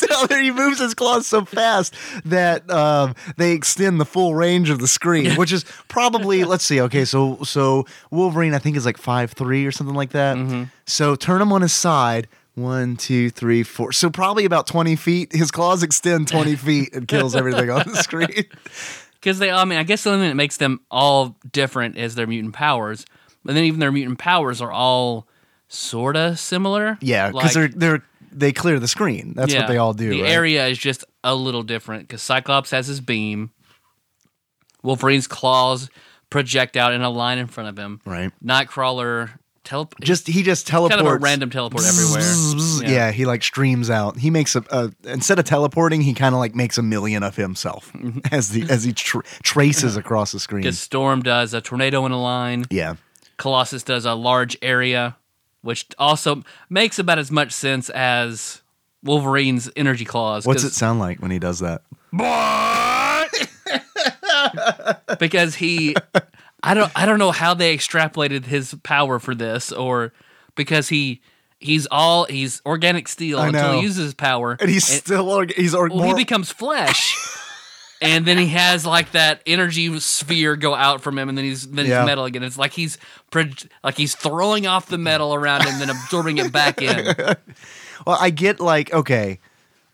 Tyler, he moves his claws so fast that um, they extend the full range of the screen, which is probably let's see. Okay, so so Wolverine, I think is like five three or something like that. So turn him on his side. One, two, three, four. So probably about twenty feet. His claws extend twenty feet and kills everything on the screen.
Because they, I mean, I guess the thing that makes them all different is their mutant powers, but then even their mutant powers are all sorta similar.
Yeah,
Like,
because they're they're they clear the screen. That's
yeah,
what they all do.
The
right?
area is just a little different because Cyclops has his beam. Wolverine's claws project out in a line in front of him.
Right.
Nightcrawler teleport.
Just he just teleports.
kind of a random teleport everywhere.
yeah. he like streams out. He makes a, a instead of teleporting, he kind of like makes a million of himself
Mm-hmm.
as the as he tr traces across the screen.
Because Storm does a tornado in a line.
yeah,
Colossus does a large area, which also makes about as much sense as Wolverine's energy claws.
what's it
'cause-
sound like when he does that?
Because he, I don't, I don't know how they extrapolated his power for this, or because he He's all he's organic steel
I
until
know.
he uses his power,
and he's still org- he's org-
well, he
more-
becomes flesh, and then he has like that energy sphere go out from him, and then he's then
Yeah.
he's metal again. It's like he's pro- like he's throwing off the metal around him, then absorbing it back in.
well i get like okay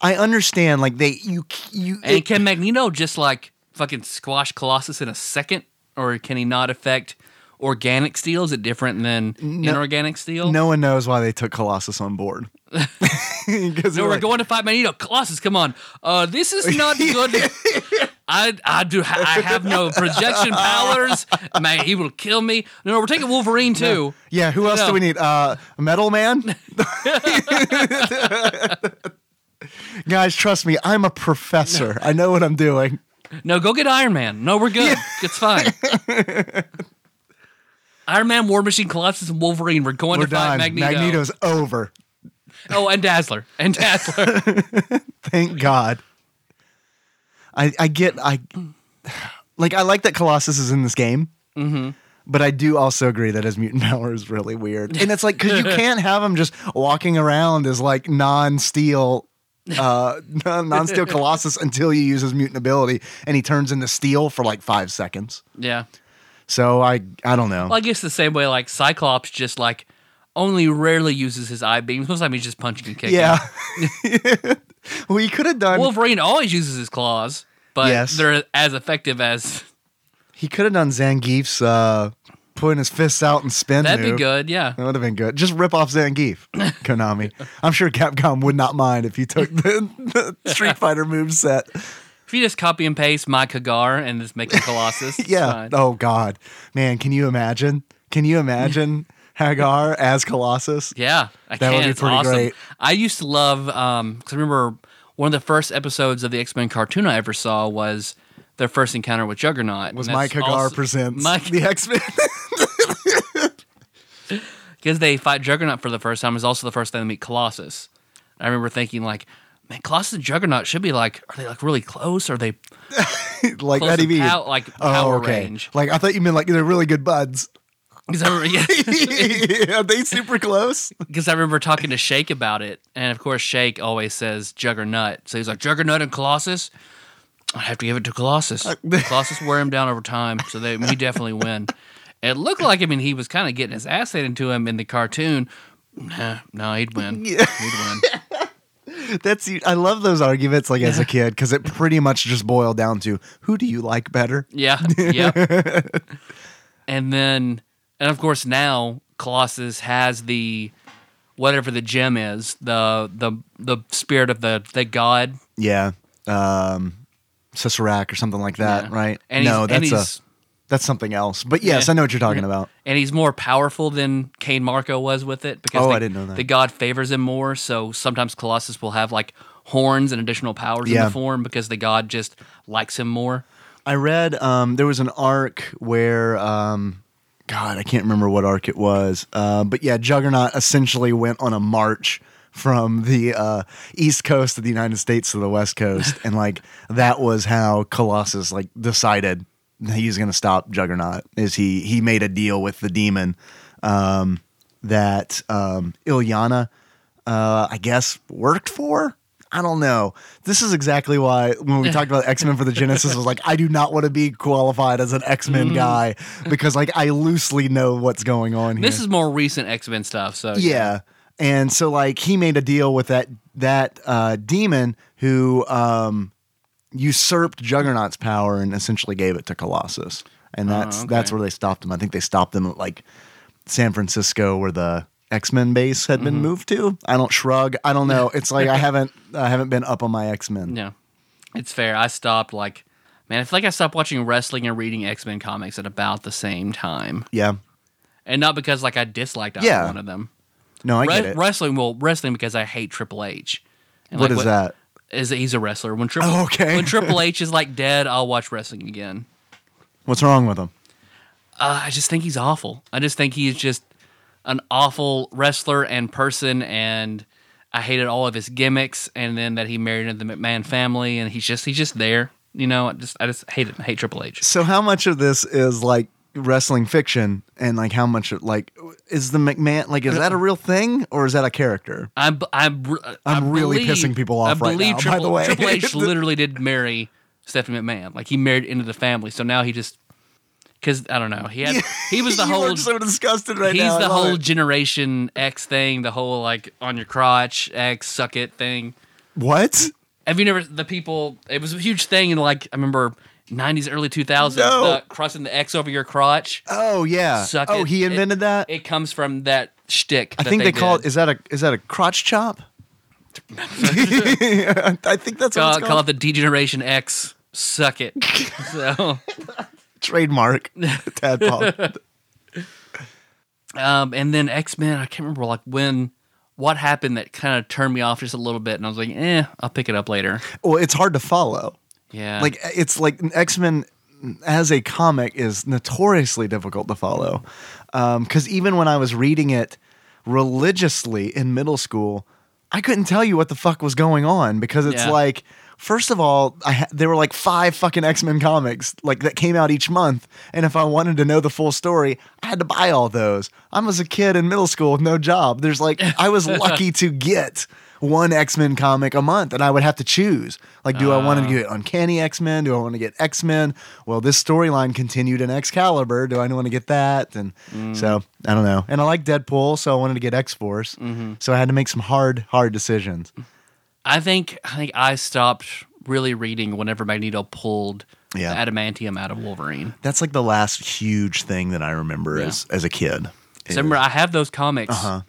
i understand like they you you
And can Magneto just like fucking squash Colossus in a second, or can he not affect organic steel? Is it different than inorganic steel?
no one knows why they took colossus on board because
So we're going to fight Magneto. Colossus, come on. Uh, this is not good. I I do I have no projection powers. Man, he will kill me. No, we're taking Wolverine too.
yeah who else
No.
do we need uh metal man guys trust me i'm a professor i know what i'm doing
No, go get Iron Man. No, we're good. It's fine. Iron Man, War Machine, Colossus, and Wolverine. We're going
we're
to fight
done
Magneto.
magneto's over
Oh, and Dazzler. And Dazzler.
Thank God. I I get I like I like that Colossus is in this game. Mm-hmm. But I do also agree that his mutant power is really weird, and it's like because you can't have him just walking around as like non-steel, uh, non-steel Colossus until you use his mutant ability, and he turns into steel for like five seconds.
yeah.
So I I don't know.
Well, I guess the same way like Cyclops just like only rarely uses his eye beams. Most of the time he's just punching and kicking.
yeah. well, you could have done.
Wolverine always uses his claws, but
Yes.
they're as effective as
he could have done Zangief's uh, putting his fists out and spin.
that'd be
move.
good. Yeah.
That would have been good. Just rip off Zangief, Konami. I'm sure Capcom would not mind if you took the, the Street Fighter moveset.
If you just copy and paste my Kagar and just make a Colossus, it's
Yeah.
fine.
Oh God, man, can you imagine? Can you imagine Hagar as Colossus?
Yeah, I
That
can.
would be
It's
pretty
awesome.
great.
I used to love because I remember one of the first episodes of the X Men cartoon I ever saw was their first encounter with Juggernaut.
Was
and
Mike
that's
Hagar
also-
presents
Mike
the X Men?
because they fight Juggernaut for the first time is also the first time they meet Colossus. I remember thinking like, man, Colossus and Juggernaut should be like, are they like really close? Are they
like
close
that?
in
even
pow- like
Oh,
power range?
Like I thought you meant like they're really good buds.
'Cause I, remember, yeah,
Are they super close?
'cause I remember talking to Shake about it, and of course Shake always says Juggernaut, so he's like Juggernaut and Colossus. I have to give it to Colossus. Colossus wear him down over time, so they we definitely win. It looked like I mean he was kind of getting his ass handed to him in the cartoon. Nah, no, he'd win. He'd win.
That's I love those arguments like as a kid because it pretty much just boiled down to who do you like better?
Yeah, yeah. and then, and of course, now Colossus has the whatever the gem is the the the spirit of the the god.
Yeah. Um Siserac or something like that,
Yeah.
right?
And he's,
no,
and
that's
he's,
a that's something else. But yes,
Yeah.
I know what you're talking about.
and he's more powerful than Kane Marco was with it because
Oh,
the,
I didn't know that.
the god favors him more. So sometimes Colossus will have like horns and additional powers in
Yeah.
the form because the god just likes him more.
I read um there was an arc where um God, I can't remember what arc it was. Uh, but yeah, Juggernaut essentially went on a march from the uh, east coast of the United States to the west coast, and like that was how Colossus like decided that he's going to stop Juggernaut. Is he he made a deal with the demon um, that um, Ilyana uh, I guess, worked for. I don't know. This is exactly why when we talked about X Men for the Genesis, I was like, I do not want to be qualified as an X Men guy because, like, I loosely know what's going on here.
This is more recent X Men stuff. So
yeah, and so like he made a deal with that that uh, demon who um, usurped Juggernaut's power and essentially gave it to Colossus, and that's
okay.
that's where they stopped him. I think they stopped him at like San Francisco, where the X Men base had been moved to. I don't shrug. I don't know. It's like I haven't I haven't been up on my X Men.
Yeah, it's fair. I stopped like, man, I feel like I stopped watching wrestling and reading X Men comics at about the same time,
Yeah.
and not because like I disliked either
Yeah.
one of them.
No, I get
Re-
it.
Wrestling, well, wrestling because I hate Triple H. And,
What
like,
is that?
Is he's a wrestler? When Triple
Oh, okay.
when Triple H is like dead, I'll watch wrestling again.
What's wrong with him?
Uh, I just think he's awful. I just think he's just an awful wrestler and person, and I hated all of his gimmicks. And then that he married into the McMahon family, and he's just he's just there. You know, I just I just hate it. I hate Triple H.
So how much of this is like wrestling fiction and like how much it, like is the McMahon like is that a real thing or is that a character?
I'm I'm I'm,
I'm really pissing people off
I
right
believe
now, by
Triple,
the way.
Triple H literally did marry Stephanie McMahon. Like he married into the family, so now he just because I don't know. He had he was the
You
whole
look so disgusted right
he's
now. I
the
love
whole
it.
Generation X thing, the whole like on your crotch X suck it thing.
what?
Have you never the people? It was a huge thing in like I remember '90s, early 2000s.
No.
the crossing the X over your crotch.
Oh yeah.
Suck
oh,
it.
he invented that.
It comes from that shtick.
I think they, call it.
did.
Is that a is that a crotch chop? I think that's what
call,
it's
call
called.
it the Degeneration X. Suck it. so,
Trademark. Tadpog.
um, and then X Men. I can't remember like when, what happened that kind of turned me off just a little bit, and I was like, eh, I'll pick it up later.
well, it's hard to follow.
Yeah,
Like uh, it's like X Men as a comic is notoriously difficult to follow, because even when I was reading it religiously in middle school, I couldn't tell you what the fuck was going on because it's
Yeah.
like. First of all, I ha- there were like five fucking X Men comics like that came out each month, and if I wanted to know the full story, I had to buy all those. I was a kid in middle school with no job. There's like I was lucky to get one X Men comic a month, and I would have to choose. Like, do I want to get Uncanny X Men? Do I want to get X Men? Well, this storyline continued in Excalibur. Do I want to get that? And so I don't know. And I like Deadpool, so I wanted to get X Force. So I had to make some hard, hard decisions.
I think I think I stopped really reading whenever Magneto pulled
Yeah.
the adamantium out of Wolverine.
That's like the last huge thing that I remember as as a kid.
So I remember I have those comics.
Uh-huh.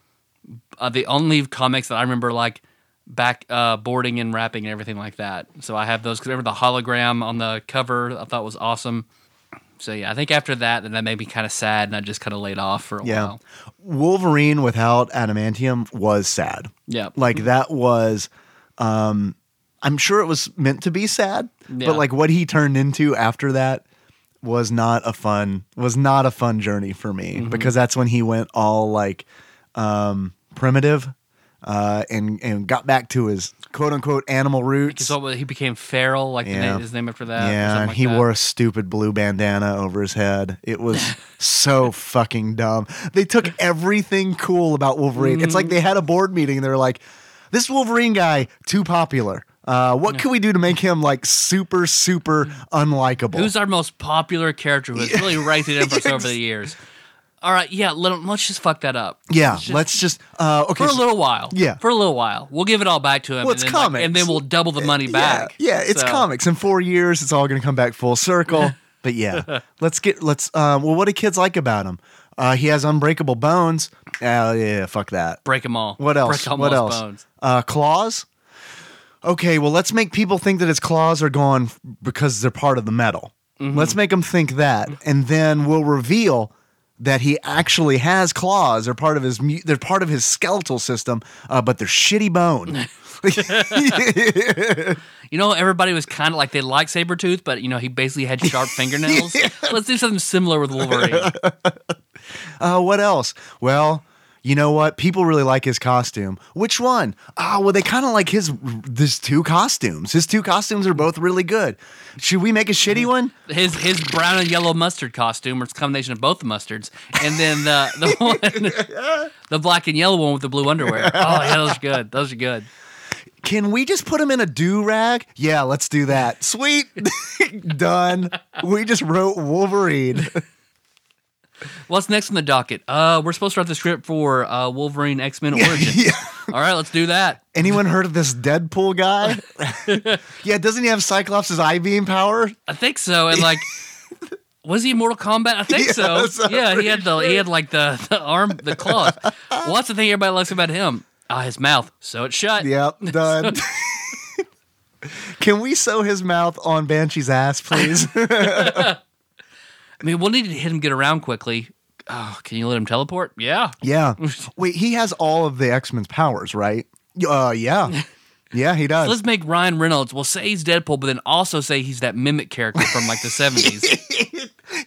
uh the only comics that I remember like back uh, boarding and wrapping and everything like that. So I have those because remember the hologram on the cover I thought was awesome. So yeah, I think after that, then that made me kind of sad, and I just kind of laid off for a
Yeah.
while.
Wolverine without adamantium was sad.
Yeah.
Like that was um I'm sure it was meant to be sad,
Yeah.
but like what he turned into after that was not a fun was not a fun journey for me because that's when he went all like um primitive uh and and got back to his quote unquote animal roots.
So he became feral, like the
Yeah.
name, his name after that. or
Yeah,
something
and
like
he
that.
wore a stupid blue bandana over his head. It was so fucking dumb. They took everything cool about Wolverine. It's like they had a board meeting and they're like, this Wolverine guy, too popular. Uh, what could we do to make him like super, super unlikable?
Who's our most popular character who's really rated in for us over the years? All right, yeah, let, let's just fuck that up.
yeah,
Let's just-
let's just uh, okay.
for a
so-
little while.
Yeah.
for a little while, we'll give it all back to him. and
Well, it's
then, like,
comics.
and then we'll double the money
yeah,
back.
yeah, it's
So,
comics. In four years, it's all going to come back full circle. but yeah, let's get let's. Um, well, what do kids like about him? Uh, he has unbreakable bones. Uh, yeah, fuck that.
Break them all.
What else?
Break all
What
those
else?
Bones.
Uh, claws. Okay, well, let's make people think that his claws are gone f- because they're part of the metal.
Mm-hmm.
Let's make them think that, and then we'll reveal that he actually has claws. They're part of his. mu- They're part of his skeletal system, uh, but they're shitty bone.
You know, everybody was kind of like they liked Sabretooth, but you know, he basically had sharp fingernails. Let's do something similar with Wolverine.
Uh, what else? Well, you know what? People really like his costume. Which one? Ah, well, they kind of like his his two costumes. His two costumes are both really good. Should we make a
Mm-hmm.
shitty one?
His his brown and yellow mustard costume, or it's a combination of both the mustards, and then the the one, the black and yellow one with the blue underwear. Oh yeah, those are good. Those are good.
Can we just put him in a do rag? Yeah, let's do that. Sweet. Done. We just wrote Wolverine.
What's next on the docket? Uh, we're supposed to write the script for uh, Wolverine X Men Origin. All right, let's do that.
Anyone heard of this Deadpool guy? yeah, doesn't he have Cyclops' eye beam power?
I think so. And like, was he in Mortal Kombat? I think so.
Yes, I'm
Yeah, he had the he had like the, the arm, the claws. well, that's the thing everybody likes about him. Ah, his mouth. So it's shut.
Yep, done. Can we sew his mouth on Banshee's ass, please?
I mean, we'll need to hit him get around quickly. Oh, can you let him teleport? Yeah.
yeah. Wait, he has all of the X Men's powers, right? Uh, yeah. Yeah, he does.
Let's make Ryan Reynolds. We'll say he's Deadpool, but then also say he's that mimic character from like the seventies.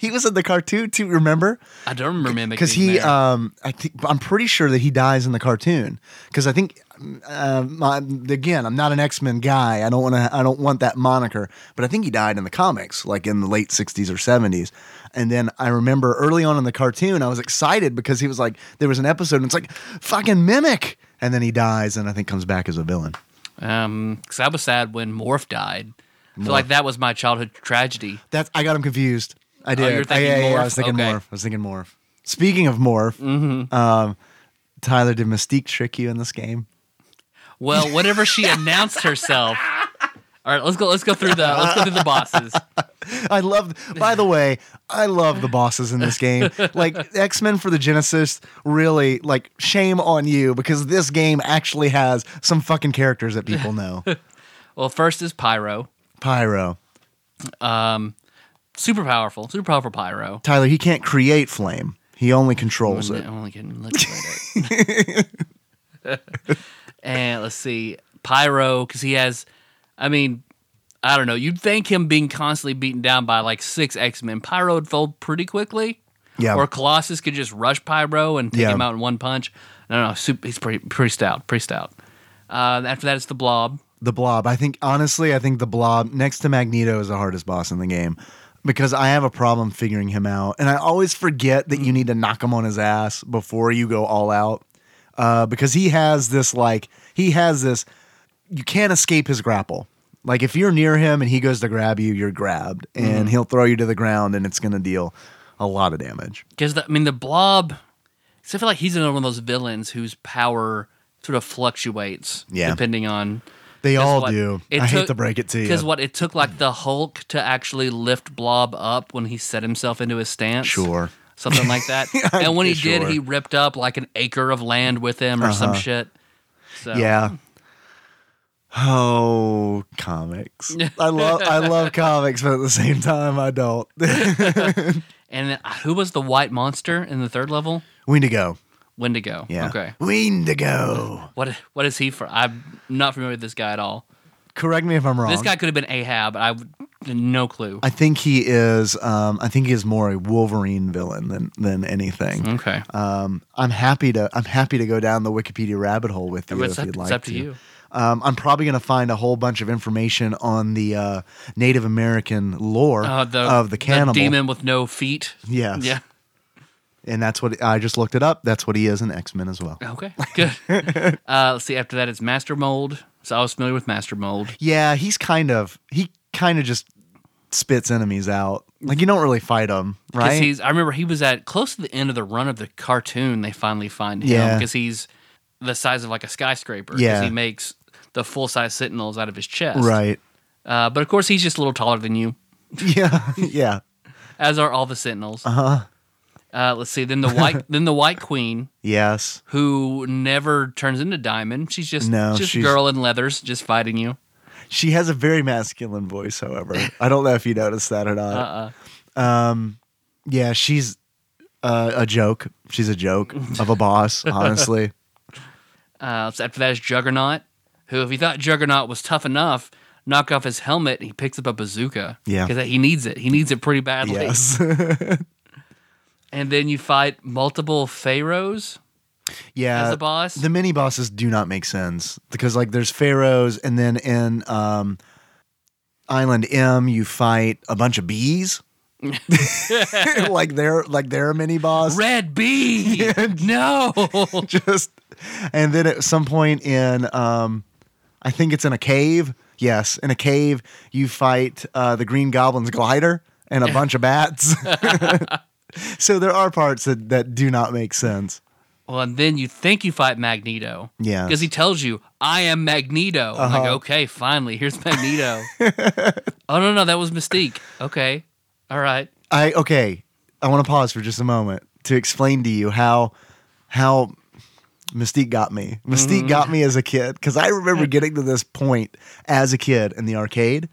he was in the cartoon too, remember?
I don't remember mimic
because
being
he uh,
there.
um I think I'm pretty sure that he dies in the cartoon because I think uh, my, again, I'm not an X Men guy. I don't want to. I don't want that moniker. But I think he died in the comics, like in the late '60s or '70s. And then I remember early on in the cartoon, I was excited because he was like, there was an episode, and it's like, fucking mimic. And then he dies, and I think comes back as a villain.
Um, because I was sad when Morph died. I feel like that was my childhood tragedy.
That's I got him confused. I did.
you were
I, yeah,
Oh, thinking
yeah, yeah, I
Morph?
was thinking
Okay. Mm-hmm.
Morph. I was thinking Morph. Speaking of Morph, um, Tyler, did Mystique trick you in this game?
Well, whenever she announced herself. All right, let's go. Let's go through the. Let's go through the bosses.
I love. By the way, I love the bosses in this game. Like X Men for the Genesis, really. Like shame on you because this game actually has some fucking characters that people know.
Well, first is Pyro,
Pyro,
super powerful, super powerful Pyro.
Tyler, he can't create flame. He only controls
I'm
it.
only kidding. Let's wait it. and let's see, Pyro, because he has. I mean, I don't know. You'd think him being constantly beaten down by like six X Men, Pyro would fold pretty quickly.
Yeah.
Or Colossus could just rush Pyro and take
Yeah.
him out in one punch. No, no, super, he's pretty, pretty stout, pretty stout. Uh, after that, it's the Blob.
The Blob. I think honestly, I think the Blob next to Magneto is the hardest boss in the game because I have a problem figuring him out, and I always forget that you need to knock him on his ass before you go all out uh, because he has this like he has this you can't escape his grapple. Like if you're near him and he goes to grab you, you're grabbed, and he'll throw you to the ground, and it's gonna deal a lot of damage.
Because I mean, the Blob. So I feel like he's another one of those villains whose power sort of fluctuates,
Yeah.
depending on.
They all
what-
do. I hate to break it to you.
Because what it took like the Hulk to actually lift Blob up when he set himself into his stance.
Sure.
Something like that. and when he did,
Sure.
he ripped up like an acre of land with him or some shit. So,
Uh-huh. Yeah. Oh, comics. I love I love comics, but at the same time I don't.
And then, uh, who was the white monster in the third level?
Wendigo.
Wendigo.
Yeah.
Okay.
Wendigo.
What what is he for? I'm not familiar with this guy at all.
Correct me if I'm wrong.
This guy could have been Ahab. I would- no clue.
I think he is um I think he is more a Wolverine villain than than anything.
Okay.
Um I'm happy to I'm happy to go down the Wikipedia rabbit hole with you
it's
if
up,
you'd
it's
like
up to, you.
Um, I'm probably going to find a whole bunch of information on the uh, Native American lore
Uh, the,
of the cannibal.
demon with no feet.
Yes.
Yeah.
And that's what I just looked it up. That's what he is in X Men as well.
Okay. Good. uh, let's see. After that, it's Master Mold. So I was familiar with Master Mold.
Yeah, he's kind of he kind of just spits enemies out. Like you don't really fight him,
'Cause
right?
He's, I remember he was at close to the end of the run of the cartoon. They finally find him
Yeah.
because he's the size of like a skyscraper. 'cause
Yeah.
He makes the full size sentinels out of his chest.
right.
Uh, but of course, he's just a little taller than you,
Yeah, yeah.
as are all the sentinels. Uh-huh. Uh Let's see. Then the white. then the White Queen.
Yes.
who never turns into Diamond. She's just
No,
just
she's-
girl in leathers, just fighting you.
She has a very masculine voice, however. I don't know if you noticed that or not.
Uh-uh.
Yeah, she's uh, a joke. She's a joke of a boss, honestly.
Uh, so after that is Juggernaut, who if he thought Juggernaut was tough enough, knock off his helmet, he picks up a bazooka.
Yeah.
because he needs it. He needs it pretty badly.
yes.
And then you fight multiple pharaohs.
yeah.
As a boss?
Uh, The mini bosses do not make sense because like there's pharaohs and then in um Island M you fight a bunch of bees. like they're like they're a mini boss.
Red bee. no.
Just and then at some point in um I think it's in a cave. Yes, in a cave you fight uh the Green Goblin's glider and a bunch of bats. so there are parts that, that do not make sense.
well, and then you think you fight Magneto.
Yes.
because he tells you, "I am Magneto." I'm like, okay, finally, here's Magneto. oh no, no, that was Mystique. Okay, all right.
I okay. I want to pause for just a moment to explain to you how how Mystique got me. Mystique got me as a kid because I remember getting to this point as a kid in the arcade.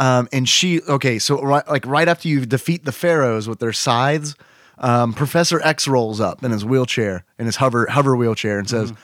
Um, and she okay, so right, like right after you defeat the pharaohs with their scythes, um, Professor X rolls up in his wheelchair in his hover hover wheelchair and says,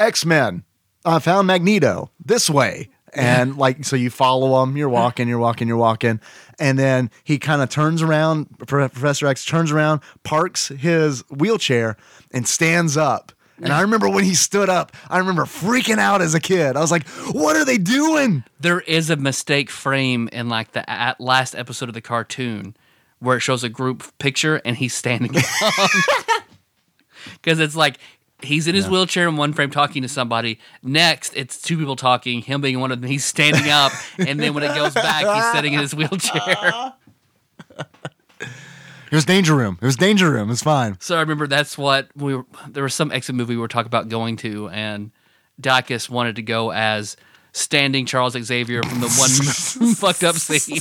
X Men. I uh, found Magneto this way. And like, so you follow him, you're walking, you're walking, you're walking. And then he kind of turns around, Pro- Professor X turns around, parks his wheelchair, and stands up And I remember when he stood up, I remember freaking out as a kid. I was like, what are they doing?
there is a mistake frame in like the a last episode of the cartoon where it shows a group picture and he's standing because it's like he's in his wheelchair in one frame talking to somebody next it's two people talking him being one of them he's standing up and then when it goes back he's sitting in his wheelchair
It was Danger Room. It was Danger Room. It's fine.
so i remember that's what we were, there was some exit movie we were talking about going to and Dacus wanted to go as standing charles xavier from the one fucked up scene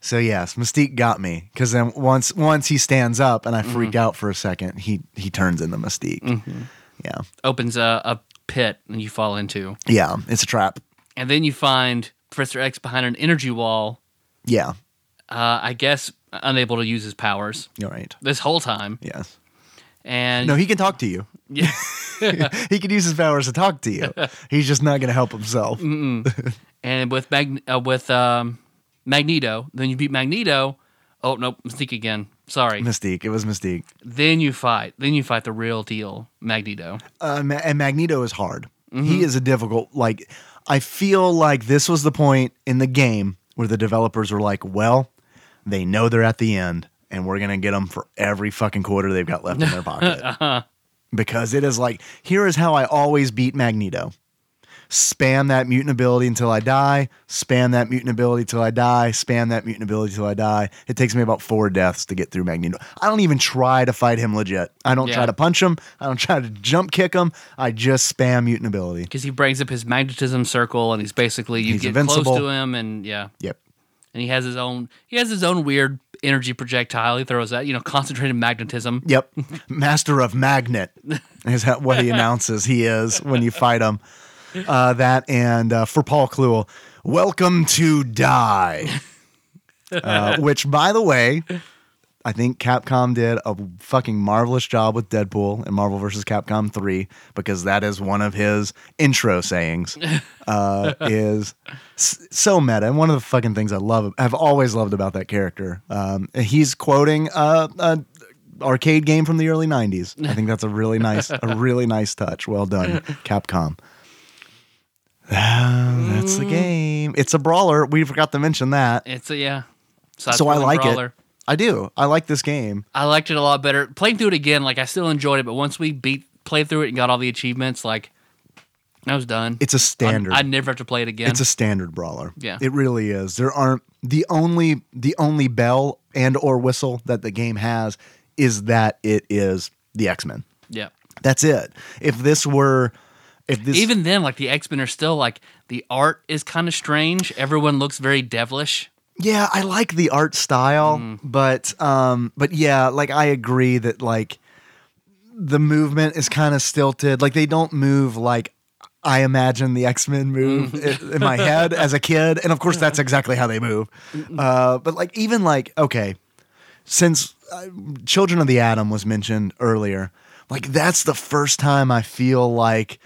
So yes, Mystique got me because then once once he stands up and I freak out for a second, he he turns into Mystique. Yeah,
opens a, a pit and you fall into.
yeah, it's a trap.
And then you find Professor X behind an energy wall,
Yeah,
uh, I guess unable to use his powers
you're right.
this whole time.
Yes.
And
No, he can talk to you.
Yeah.
he can use his powers to talk to you. He's just not going to help himself.
and with Mag- uh, with um, Magneto, then you beat Magneto. Oh nope, Mystique again. Sorry.
Mystique. It was Mystique.
then you fight. Then you fight the real deal, Magneto.
Uh, Ma- and Magneto is hard. He is a difficult. Like I feel like this was the point in the game where the developers were like, "Well, they know they're at the end, and we're gonna get them for every fucking quarter they've got left in their pocket." Because it is like, here is how I always beat Magneto. Spam that mutant ability until I die. Spam that mutant ability till I die. Spam that mutant ability till I die. It takes me about four deaths to get through Magneto. I don't even try to fight him legit. I don't
Yeah.
try to punch him. I don't try to jump kick him. I just spam mutant ability.
Because he brings up his magnetism circle and he's basically you
He's
get
invincible.
close to him and yeah.
Yep.
And he has his own he has his own weird energy projectile he throws at, you know, concentrated magnetism.
Yep. Master of Magnet is how, what he announces he is when you fight him. Uh, that and uh, for Paul Kluel, welcome to die. Uh, which, by the way, I think Capcom did a fucking marvelous job with Deadpool in Marvel vs. Capcom 3 because that is one of his intro sayings. Uh, is s- so meta, and one of the fucking things I love, I've always loved about that character. Um, he's quoting a, a arcade game from the early 90s. I think that's a really nice, a really nice touch. Well done, Capcom. Ah, that's the
Mm.
game. It's a brawler. We forgot to mention that.
It's a yeah.
so I
side-scrolling
like
brawler.
it. I do. I like this game.
I liked it a lot better. Playing through it again, like I still enjoyed it, but once we beat played through it and got all the achievements, like I was done.
It's
I-
a standard.
I never have to play it again.
It's a standard brawler.
Yeah.
It really is. There aren't the only the only bell and or whistle that the game has is that it is the X-Men.
yeah.
That's it. If this were if this
Even then, like the X Men are still like the art is kind of strange. Everyone looks very devilish.
Yeah, I like the art style, but um but yeah, like I agree that like the movement is kind of stilted. Like they don't move like I imagine the X Men move i- in my head as a kid, and of course that's exactly how they move. Uh, but like even like okay, since uh, Children of the Atom was mentioned earlier, like that's the first time I feel like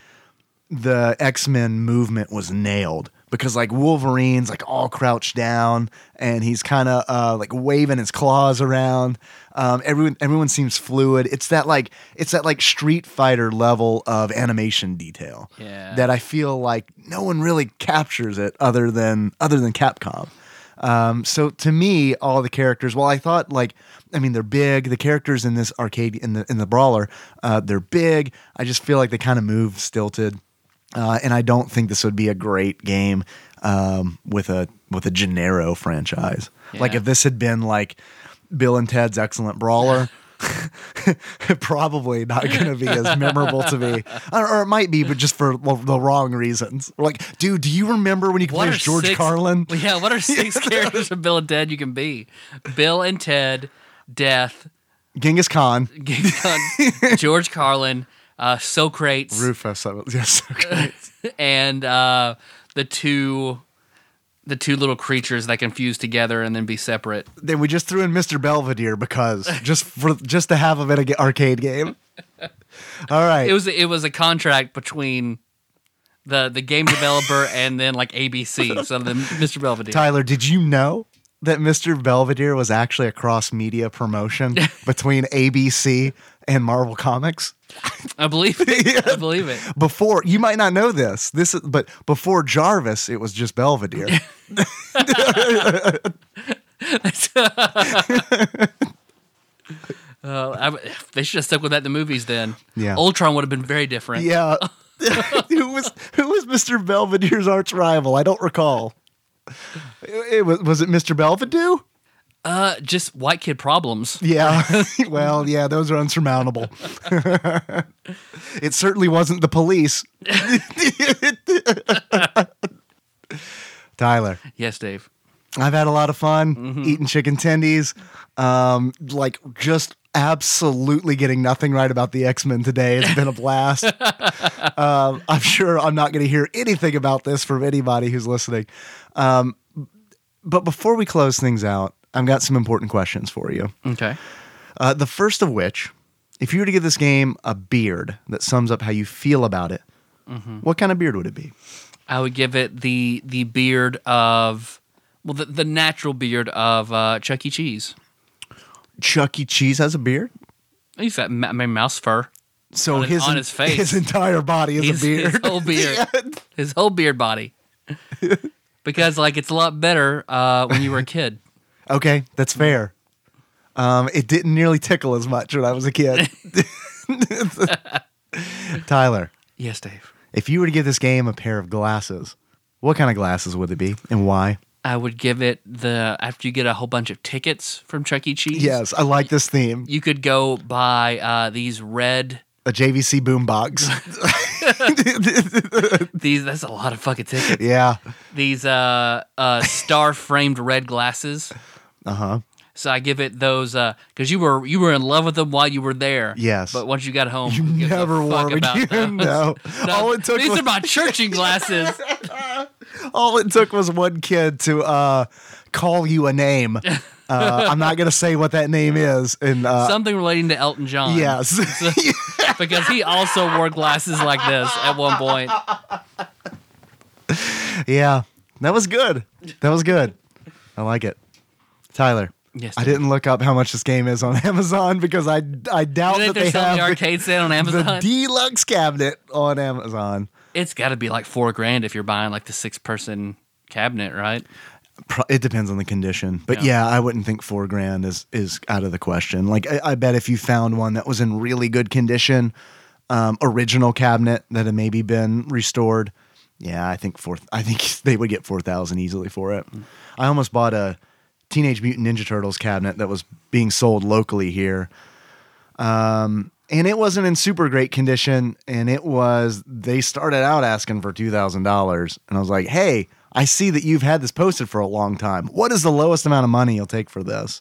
the X Men movement was nailed because like Wolverine's like all crouched down and he's kind of uh, like waving his claws around. Um, everyone everyone seems fluid. It's that like it's that like Street Fighter level of animation detail
Yeah.
that I feel like no one really captures it other than other than Capcom. Um, so to me, all the characters. Well, I thought like, I mean, they're big. The characters in this arcade in the in the brawler, uh, they're big. I just feel like they kind of move stilted, uh, and I don't think this would be a great game um, with a with a Gennaro franchise. Like
Yeah.
if this had been like Bill and Ted's Excellent Brawler. probably not going to be as memorable to me, or, or it might be, but just for the the wrong reasons. We're like, dude, do you remember when you could play as George
six-
Carlin?
Yeah, what are six characters from Bill and Ted you can be? Bill and Ted, Death,
Genghis Khan,
George Carlin, uh, Socrates,
Rufus. I was- Yes. Okay.
and uh, the two the two little creatures that can fuse together and then be separate.
then we just threw in Mr. Belvedere because just for just to have him in an arcade game. All right.
It was it was a contract between the the game developer and then like ABC. So then Mr. Belvedere.
Tyler, did you know that Mr. Belvedere was actually a cross media promotion between ABC and Marvel Comics?
I believe it. I believe it.
Before you might not know this, this is, but before Jarvis, it was just Belvedere.
Uh, I- they should have stuck with that in the movies then.
Yeah.
Ultron would have been very different.
yeah, who was who was Mr. Belvedere's arch rival? I don't recall. It, it was was it Mr. Belvedere?
Uh, just white kid problems.
Yeah. well, yeah, those are unsurmountable. it certainly wasn't the police. Tyler,
Yes, Dave.
I've had a lot of fun eating chicken tendies. Um, like just absolutely getting nothing right about the X Men today. It's been a blast. um, I'm sure I'm not going to hear anything about this from anybody who's listening. Um, but before we close things out, I've got some important questions for you.
Okay.
Uh, the first of which, if you were to give this game a beard that sums up how you feel about it,
Mm-hmm.
what kind of beard would it be?
I would give it the the beard of well the, the natural beard of uh, Chuck E. Cheese.
Chuck E. Cheese has a beard,
He's got ma- I mean, mouse fur.
so
On his-
his
on his face.
his entire body is
His,
a beard.
his whole beard. His whole beard body. because like it's a lot better uh, when you were a kid.
okay, that's fair. Um, it didn't nearly tickle as much when I was a kid. Tyler,
Yes, Dave.
if you were to give this game a pair of glasses, what kind of glasses would it be and why?
I would give it the after you get a whole bunch of tickets from Chuck E. Cheese.
Yes, I like this theme.
You could go buy uh, these red
A JVC boombox.
these that's a lot of fucking tickets.
yeah.
These uh uh star framed red glasses.
Uh huh.
So I give it those because you were you were in love with them while you were there.
Yes.
but once you got home,
You
who gives a
never
fuck
wore them
about
again.
those?
No.
No,
All it took
these
was
are my churching glasses.
all it took was one kid to uh, call you a name. Uh, I'm not gonna say what that name is, and uh,
Something relating to Elton John.
yes,
because he also wore glasses like this at one point.
yeah, that was good. That was good. I like it, Tyler.
Yes,
I didn't look up how much this game is on Amazon because I I doubt
Didn't
that they
they sell
have
the
the,
arcade sale on
the
Amazon?
deluxe cabinet on Amazon.
it's got to be like four grand if you're buying like the six person cabinet, right?
Pro- it depends on the condition, but yeah.
Yeah.
I wouldn't think four grand is is out of the question. Like I, I bet if you found one that was in really good condition, um, original cabinet that had maybe been restored, yeah, I think four. I think they would get four thousand easily for it. I almost bought a Teenage Mutant Ninja Turtles cabinet that was being sold locally here, and it wasn't in super great condition. And it was they started out asking for two thousand dollars, and I was like, "Hey, I see that you've had this posted for a long time. What is the lowest amount of money you'll take for this?"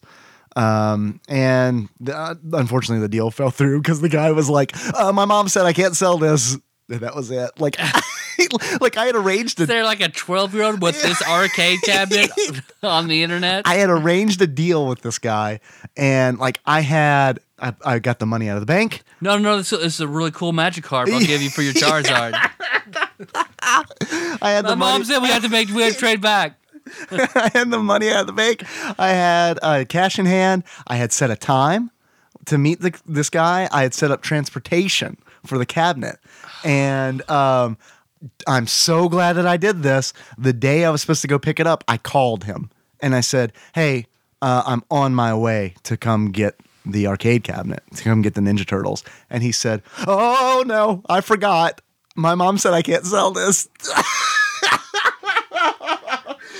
Um, and uh, unfortunately, the deal fell through because the guy was like, uh, "My mom said I can't sell this." And that was it. Like, like I had arranged a
Is there like a 12 year old with this arcade cabinet on the internet?
I had arranged a deal with this guy, and like I had, I, I got the money out of the bank.
no, no, this, this is a really cool magic card I'll give you for your Charizard.
I had
My
the money.
mom said we have to make we have to trade back.
I had the money out of the bank. I had uh, cash in hand. I had set a time to meet the, this guy. I had set up transportation for the cabinet. And um, I'm so glad that I did this. The day I was supposed to go pick it up, I called him and I said, Hey, uh, I'm on my way to come get the arcade cabinet, to come get the Ninja Turtles. And he said, Oh, no, I forgot. My mom said I can't sell this.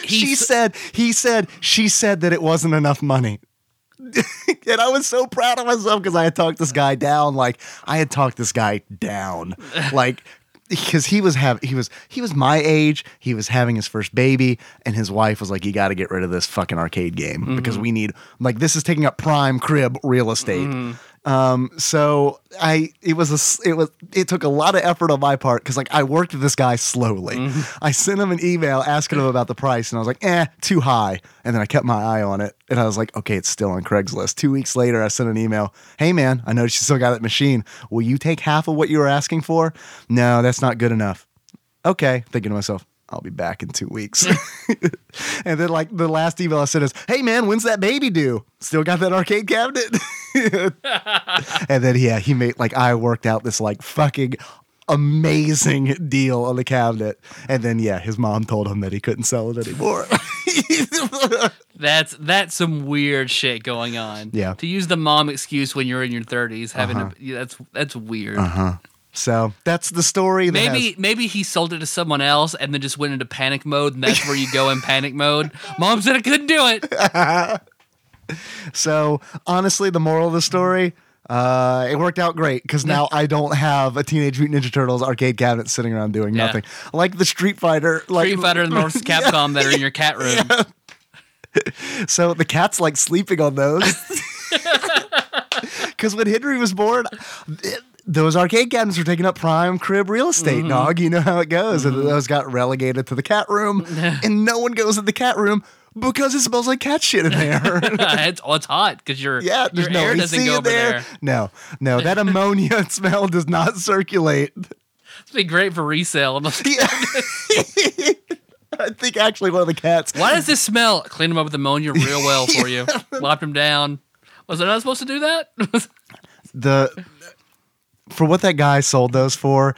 she said he said she said that it wasn't enough money and i was so proud of myself because i had talked this guy down like i had talked this guy down like because he was having he was he was my age he was having his first baby and his wife was like you got to get rid of this fucking arcade game because we need like this is taking up prime crib real estate um, so I it was a s- it was it took a lot of effort on my part because like I worked with this guy slowly. I sent him an email asking him about the price, and I was like, eh, too high. And then I kept my eye on it, and I was like, okay, it's still on Craigslist. Two weeks later, I sent an email, hey man, I noticed you still got that machine. Will you take half of what you were asking for? No, that's not good enough. Okay, thinking to myself, I'll be back in two weeks. and then, like, the last email I sent is, Hey, man, when's that baby due? Still got that arcade cabinet? and then, yeah, he made, like, I worked out this, like, fucking amazing deal on the cabinet. And then, yeah, his mom told him that he couldn't sell it anymore.
That's that's some weird shit going on.
Yeah. Uh-huh.
To use the mom excuse when you're in your 30s, having a, yeah, that's that's weird.
so that's the story. Uh-huh. That
Maybe maybe he sold it to someone else and then just went into panic mode, and that's where you go in panic mode. Mom said I couldn't do it.
has- so, honestly, the moral of the story. Uh, it worked out great because now I don't have a Teenage Mutant Ninja Turtles arcade cabinet sitting around doing
Yeah.
nothing. Like the Street Fighter, like
Street Fighter and Marvel vs. Capcom that are in your cat room.
So the cat's like sleeping on those. Because when Henry was born, th- those arcade cabinets were taking up prime crib real estate,
Mm-hmm.
dog. You know how it goes. And those got relegated to the cat room. and no one goes in the cat room because it smells like cat shit in there.
it's, oh, it's hot because your
yeah, there's
your
no
air
AC
doesn't go
in
over there.
there. No, no, that ammonia smell does not circulate.
It's been great for resale.
I think actually one of the cats
Why does this smell? Clean them up with ammonia real well for you. Lopped them down. Was I not supposed to do that?
the for what that guy sold those for,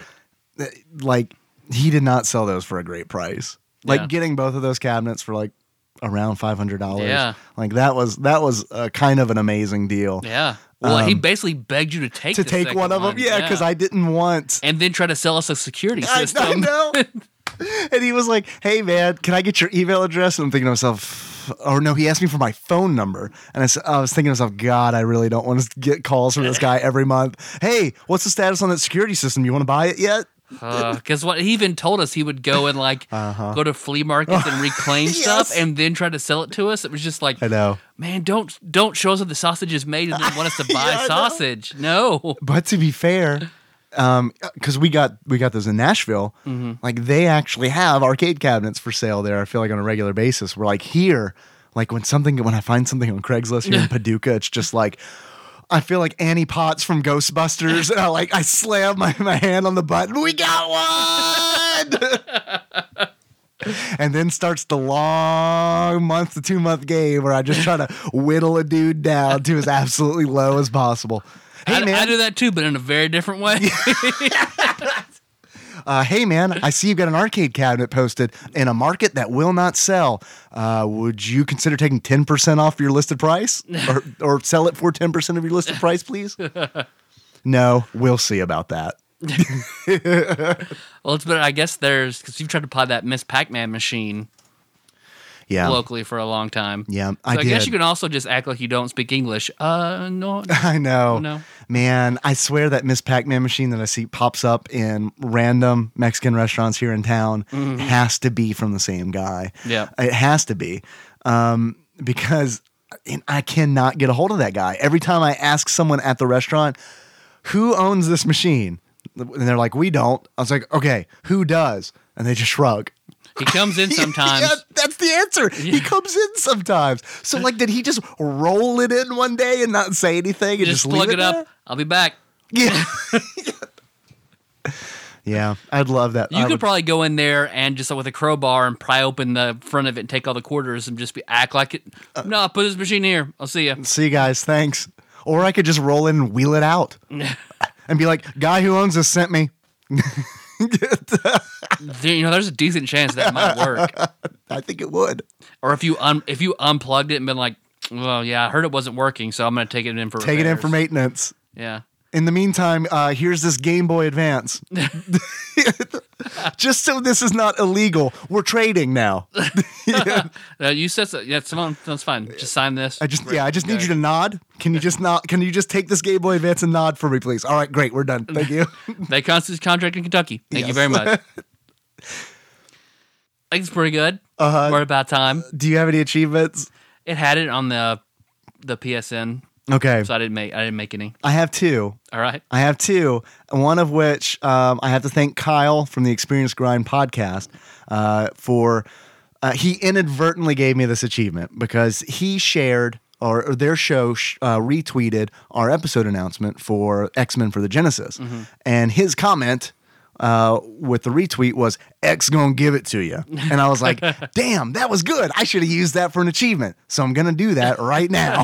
th- like he did not sell those for a great price. Like
Yeah.
getting both of those cabinets for like around five hundred dollars.
Yeah.
like that was that was uh, kind of an amazing deal.
yeah. Well, he basically begged you to take
Um, To
the
take
second
one of them, yeah, because I didn't want.
and then try to sell us a security
I,
system.
I know. and he was like, "Hey man, can I get your email address?" And I'm thinking to myself, or no, he asked me for my phone number, and I, s- I was thinking to myself, "God, I really don't want to get calls from this guy every month." Hey, what's the status on that security system? You want to buy it yet?
Because Uh, what he even told us, he would go and like go to flea markets and reclaim stuff,
Uh-huh. Yes.
and then try to sell it to us. It was just like,
I know.
man, don't don't show us that the sausage is made and then want us to buy
I know.
sausage. No,
But to be fair, um, because we got we got those in Nashville,
Mm-hmm.
like they actually have arcade cabinets for sale there. I feel like on a regular basis. We're like here, like when something when I find something on Craigslist here in Paducah, it's just like. I feel like Annie Potts from Ghostbusters, and I like I slam my, my hand on the button. We got one, and then starts the long month to two month game where I just try to whittle a dude down to as absolutely low as possible. Hey
I,
man,
I do that too, but in a very different way.
uh, hey man, I see you've got an arcade cabinet posted in a market that will not sell. Uh, would you consider taking 10% off your listed price or, or sell it for 10% of your listed price, please? No, we'll see about that.
well, it's but I guess there's because you've tried to buy that Miss Pac-Man machine
Yeah.
locally for a long time.
Yeah,
so
I
I, guess
did.
you can also just act like you don't speak English. Uh, no,
I know.
No.
Man, I swear that Miss Pac Man machine that I see pops up in random Mexican restaurants here in town has to be from the same guy.
Yeah.
It has to be. Um, because and I cannot get a hold of that guy. Every time I ask someone at the restaurant, who owns this machine? And they're like, we don't. I was like, okay, who does? And they just shrug.
he comes in sometimes.
Yeah, that's the answer. He comes in sometimes. So, like, did he just roll it in one day and not say anything and
just
just,
plug it
leave
up.
there?
I'll be back.
Yeah. yeah, I'd love that.
You
I
could
would-
probably go in there and just like, with a crowbar and pry open the front of it and take all the quarters and just be act like it.
Uh.
no, I'll put this machine here. I'll see you.
See you guys. Thanks. Or I could just roll in and wheel it out and be like, guy who owns this sent me.
You know, there's a decent chance that might work.
I think it would.
or if you un- if you unplugged it and been like, well, yeah, I heard it wasn't working, so I'm gonna take it in for
Take it in
repairs."
for maintenance.
Yeah,
In the meantime, uh, here's this Game Boy Advance. just so this is not illegal, we're trading now.
uh, you said so. Yeah, it's fine. That's fine. Just sign this.
I just yeah, I just need you to nod. Can you just not? Can you just take this Game Boy Advance and nod for me, please? All right, great, we're done. Thank you.
That constitutes contract in Kentucky. Thank you very much. I think it's pretty good. Uh-huh. We're about time.
Do you have any achievements?
It had it on the the PSN,
Okay,
so I didn't make I didn't make any.
I have two.
All right.
I have two. One of which um, I have to thank Kyle from the Experience Grind podcast uh, for. Uh, he inadvertently gave me this achievement because he shared or, or their show sh- uh, retweeted our episode announcement for X Men for the Genesis, and his comment uh, with the retweet was X gonna give it to you, and I was like, "Damn, that was good! I should have used that for an achievement." So I'm gonna do that right now.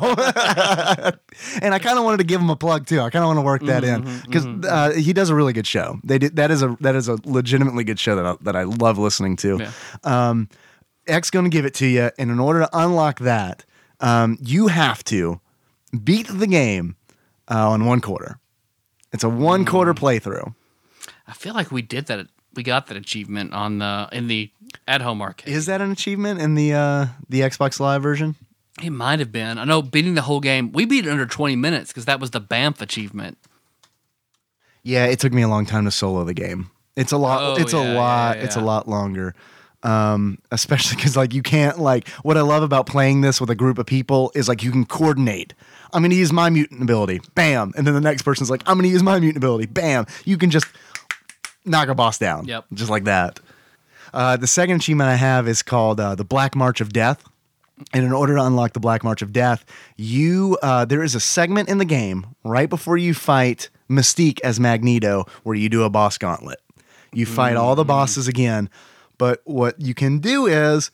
and I kind of wanted to give him a plug too. I kind of want to work that in because uh, he does a really good show. They did, that is a that is a legitimately good show that I, that I love listening to. Um, X going to give it to you, and in order to unlock that, um, you have to beat the game uh, on one quarter. It's a one quarter playthrough.
I feel like we did that. We got that achievement on the in the at home arcade.
Is that an achievement in the uh, the Xbox Live version?
It might have been. I know beating the whole game. We beat it under 20 minutes because that was the Banff achievement.
Yeah, it took me a long time to solo the game. It's a lot.
Oh,
it's
yeah,
a lot.
yeah,
It's a
yeah.
lot longer. Um, especially because like you can't like what I love about playing this with a group of people is like you can coordinate. I'm gonna use my mutant ability, bam, and then the next person's like, I'm gonna use my mutant ability, bam. You can just knock a boss down,
Yep.
just like that. Uh, the second achievement I have is called uh, the Black March of Death. And in order to unlock the Black March of Death, you uh, there is a segment in the game right before you fight Mystique as Magneto, where you do a boss gauntlet. You fight all the bosses again, but what you can do is,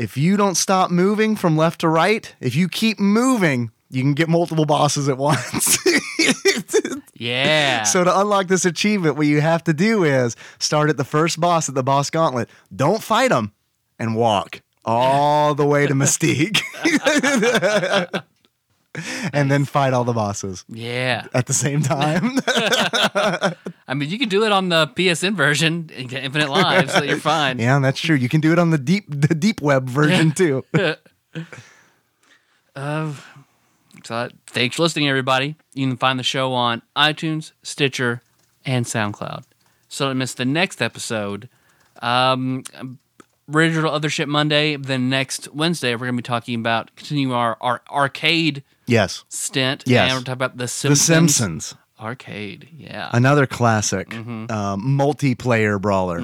if you don't stop moving from left to right, if you keep moving, you can get multiple bosses at once.
Yeah.
So to unlock this achievement, what you have to do is start at the first boss at the boss gauntlet. Don't fight him, and walk all the way to Mystique, and then fight all the bosses
yeah.
at the same time.
I mean, you can do it on the PSN version, in- Infinite Lives, so you're fine.
yeah, that's true. You can do it on the deep the deep web version too.
Uh, So uh, thanks for listening, everybody. You can find the show on iTunes, Stitcher, and SoundCloud. So don't miss the next episode. Um, Digital Other Shit Monday. Then next Wednesday, we're going to be talking about continuing our, our arcade
Yes,
stint.
Yes.
And we're talking about the
The
Simpsons.
Simpsons,
Arcade. Yeah.
another classic um, multiplayer brawler.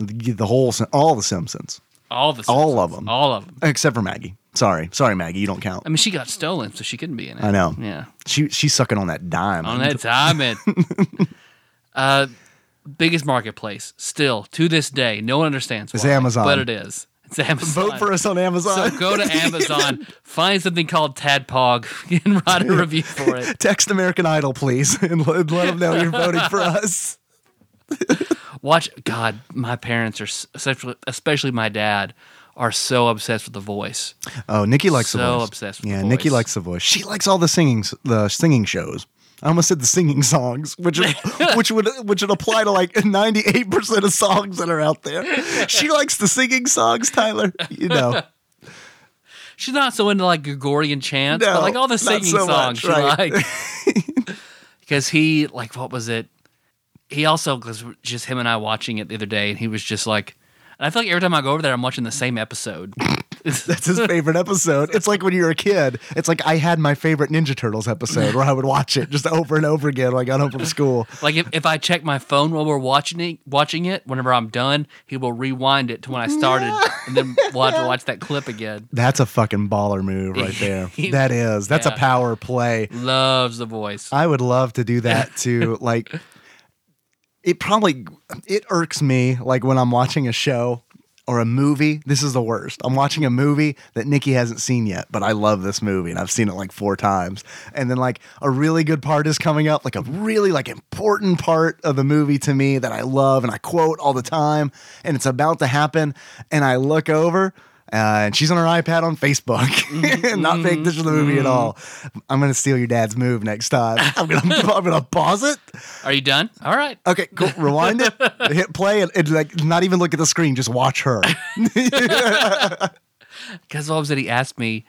The, the whole Sim- all the Simpsons,
all the Simpsons.
all of them,
All of them.
except for Maggie. Sorry, sorry, Maggie, you don't count.
I mean, she got stolen, so she couldn't be in it.
I know.
Yeah.
She she's sucking on that dime.
on that time it uh biggest marketplace still to this day no one understands
It's
why,
Amazon.
but it is it's amazon
Vote for us on Amazon.
so go to amazon find something called tadpog and write a review for it
Text American Idol, please, and let, let them know you're voting for us.
watch god my parents are s- especially especially my dad are so obsessed with the voice
Oh, Nikki likes the
So
voice.
obsessed with
yeah,
The
Nikki
Voice.
likes the voice. She likes all the singing the singing shows. I almost said the singing songs, which which would which would apply to like 98% of songs that are out there. She likes the singing songs, Tyler. You know.
she's not so into like Gregorian chants,
No,
but like all the
not
singing
so
songs
much,
she
right.
liked. Because he like what was it? He also because just him and I watching it the other day, and he was just like, and I feel like every time I go over there, I'm watching the same episode.
That's his favorite episode. It's like when you were a kid. It's like I had my favorite Ninja Turtles episode where I would watch it just over and over again when I got home from school.
like if, if I check my phone while we're watching it, watching it, whenever I'm done, he will rewind it to when I started, and then we'll have to watch that clip again.
That's a fucking baller move right there. that is. That's
Yeah.
a power play.
Loves the voice.
I would love to do that too. like it probably it irks me like when I'm watching a show or a movie. This is the worst. I'm watching a movie that Nikki hasn't seen yet, but I love this movie and I've seen it like four times. And then like a really good part is coming up, like a really like important part of the movie to me that I love and I quote all the time and it's about to happen and I look over uh, and she's on her iPad on Facebook, not paying attention to the movie at all. I'm gonna steal your dad's move next time. I'm gonna, I'm gonna pause it.
Are you done? All right.
Okay, cool. Rewind it, hit play, and, and like not even look at the screen. Just watch her.
Because all that he asked me,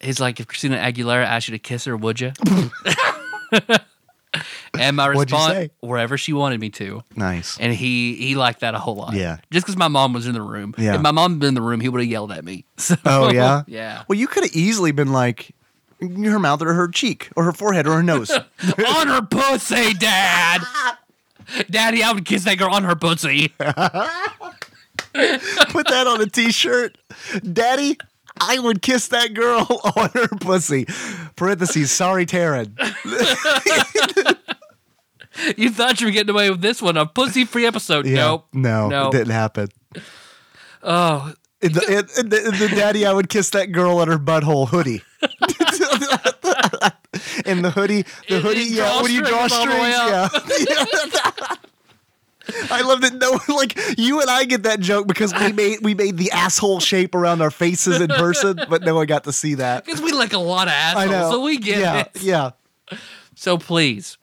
he's like, if Christina Aguilera asked you to kiss her, would you? and my
What'd you
response,
say?
wherever she wanted me to.
Nice.
And he he liked that a whole lot.
Yeah.
Just because my mom was in the room.
Yeah.
If my mom had been in the room, he would have yelled at me. So,
Oh yeah.
yeah.
Well, you could have easily been like her mouth or her cheek or her forehead or her nose.
on her pussy, Dad. Daddy, I would kiss that girl on her pussy.
Put that on a t-shirt, Daddy. I would kiss that girl on her pussy. Parentheses. Sorry, Taryn.
You thought you were getting away with this one, a pussy free episode.
Yeah,
Nope.
no,
No.
it didn't happen.
Oh,
In the, in- in the, in the daddy, I would kiss that girl in her butthole hoodie. In the hoodie, the
It-
hoodie,
it
yeah.
draws
When you
strings
draw
all the
strings,
way
yeah. I love that. No, like you and I get that joke because we made we made the asshole shape around our faces in person, but no one got to see that.
because we like a lot of
I
assholes,
know.
so we get
yeah,
it.
yeah.
So please,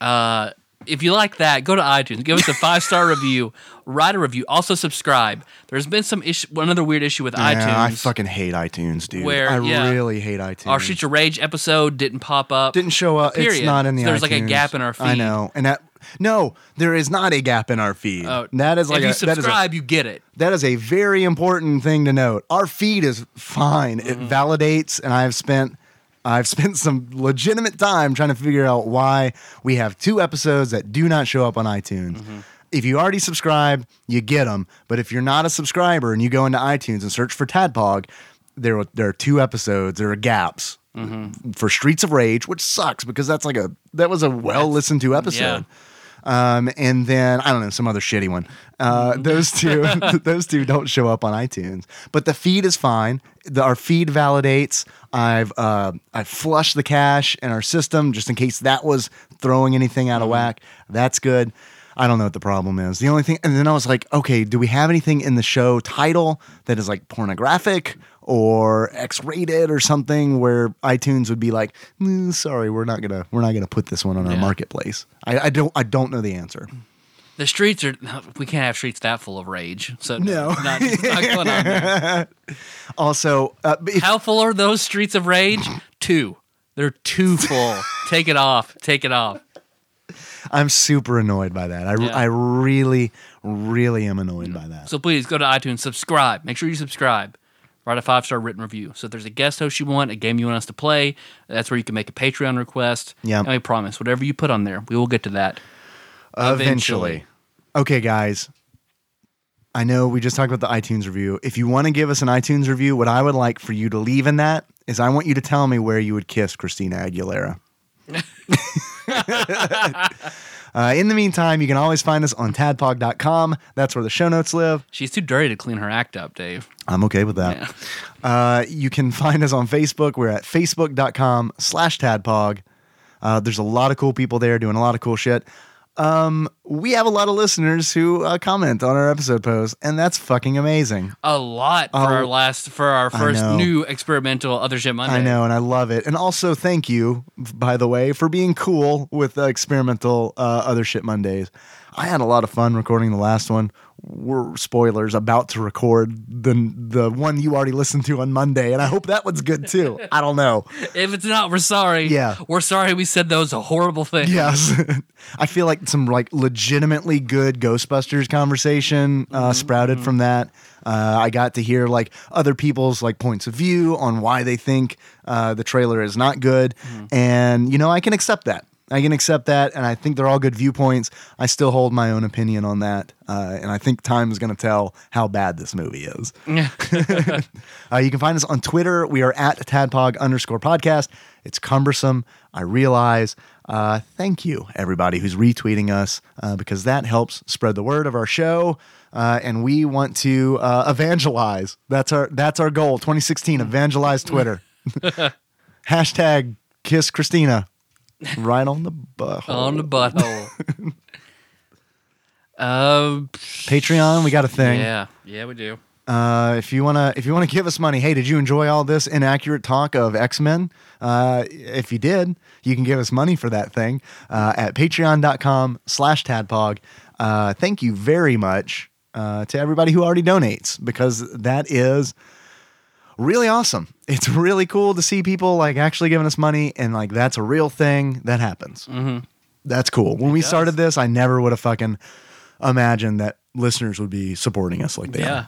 uh, if you like that, go to iTunes, give us a five star review, write a review, also subscribe. There's been some issue, another weird issue with iTunes.
Yeah, I fucking hate iTunes, dude.
Where-
I
yeah.
really hate iTunes.
Our Shoot Your Rage episode didn't pop up.
didn't show up. It's
Period.
not in the.
So there's like a
iTunes.
gap in our
I
feed.
know, and that no, there is not a gap in our feed.
Oh,
that is like
if you
a, that is a,
subscribe, you get it.
that is a very important thing to note. Our feed is fine. It validates, and I've spent I've spent some legitimate time trying to figure out why we have two episodes that do not show up on iTunes. If you already subscribe, you get them. But if you're not a subscriber and you go into iTunes and search for Tadpog, there are- there are two episodes. There are gaps for Streets of Rage, which sucks because that's like a that was a well listened to episode.
yeah.
Um, and then I don't know some other shitty one. Uh, those two, those two don't show up on iTunes, but the feed is fine. The, our feed validates. I've uh, I flushed the cache in our system just in case that was throwing anything out of whack. That's good. I don't know what the problem is. The only thing, and then I was like, okay, do we have anything in the show title that is like pornographic or X-rated or something where iTunes would be like, "Mm, sorry, we're not gonna, we're not gonna put this one on our
Yeah.
marketplace. I, I don't, I don't know the answer.
The streets are we can't have streets that full of rage. So
No.
it's not, it's not going on there.
Also, uh, but if-
How full are those streets of rage? Two. They're too full. Take it off. Take it off.
I'm super annoyed by that. I,
Yeah.
I really, really am annoyed by that.
So please go to iTunes, subscribe. Make sure you subscribe. Write a five star written review. So if there's a guest host you want, a game you want us to play, that's where you can make a Patreon request.
Yeah.
And we promise, whatever you put on there, we will get to that. Eventually.
Okay, guys. I know we just talked about the iTunes review. If you want to give us an iTunes review, what I would like for you to leave in that is I want you to tell me where you would kiss Christina Aguilera. uh, in the meantime, you can always find us on tadpog.com. That's where the show notes live.
She's too dirty to clean her act up, Dave.
I'm okay with that. Uh, you can find us on Facebook. We're at facebook.com slash tadpog. Uh, there's a lot of cool people there doing a lot of cool shit. Um, we have a lot of listeners who uh, comment on our episode posts, and that's fucking amazing.
A lot for
Oh,
our last for our first
know.
new experimental other shit Monday.
I know, and I love it. And also, thank you, by the way, for being cool with uh, experimental uh, other shit Mondays. I had a lot of fun recording the last one. We're spoilers about to record the the one you already listened to on Monday, and I hope that one's good too. I don't know.
If it's not, we're sorry.
Yeah.
We're sorry we said those horrible things.
Yes. I feel like some like legitimately good Ghostbusters conversation uh, sprouted from that. Uh, I got to hear like other people's like points of view on why they think uh, the trailer is not good, and you know I can accept that. I can accept that, and I think they're all good viewpoints. I still hold my own opinion on that, uh, and I think time is going to tell how bad this movie is. Uh, you can find us on Twitter. We are at tadpog underscore podcast. It's cumbersome. I realize. Uh, thank you, everybody who's retweeting us, uh, because that helps spread the word of our show. Uh, and we want to uh, evangelize. That's our that's our goal. 2016, evangelize Twitter. Hashtag kiss Christina. Right on the butthole.
On the butthole. um
Patreon, we got a thing.
Yeah. Yeah, we do.
Uh, if you wanna, if you wanna give us money, hey, did you enjoy all this inaccurate talk of X Men? Uh, if you did, you can give us money for that thing uh, at Patreon.com/slash Tadpog. Uh, thank you very much uh, to everybody who already donates because that is really awesome. It's really cool to see people like actually giving us money and like that's a real thing that happens. That's cool. When we started this, I never would have fucking imagined that listeners would be supporting us like they are.
Yeah.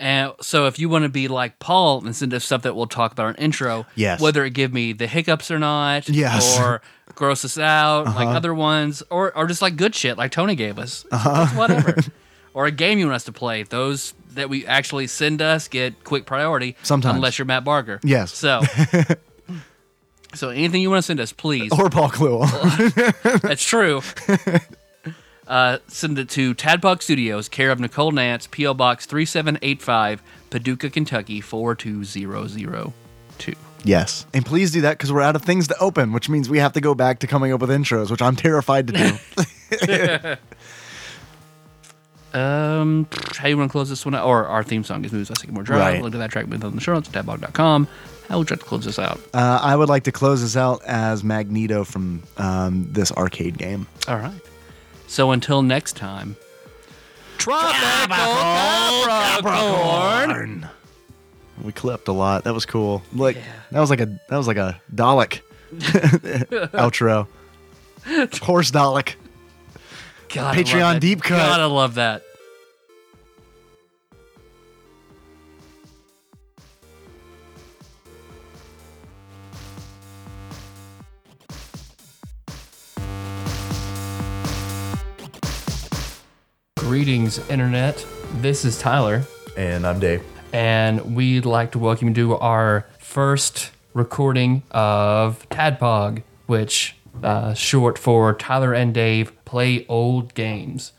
And so if you want to be like Paul and send us stuff that we'll talk about in our intro,
Yes.
whether it give me the hiccups or not,
Yes. Uh-huh.
or gross us out, like other ones, or or just like good shit like Tony gave us. It's whatever. or a game you want us to play. Those that we actually send us get quick priority.
Sometimes.
Unless you're Matt Barger.
Yes.
So So anything you want to send us, please.
Or Paul Kluel.
That's true. uh, send it to Tadpog Studios, care of Nicole Nance, P.O. Box 3785, Paducah, Kentucky 42002.
yes. And please do that because we're out of things to open, which means we have to go back to coming up with intros, which I'm terrified to do.
Um, how you want to close this one out? Or our theme song is Moves by Sycamore Drive.
Right.
Look at that track booth on the show notes at tadpog.com. How would you like to close this out?
uh, I would like to close this out as Magneto from um, this arcade game.
All right. So until next time.
Capricorn. We clipped a lot. That was cool. Like that was like a that was like a Dalek outro. Horse Dalek.
God,
Patreon deep cut.
God, I love that. Greetings, Internet. This is Tyler,
And I'm Dave.
and we'd like to welcome you to our first recording of Tadpog, which uh, short for Tyler and Dave Play Old Games.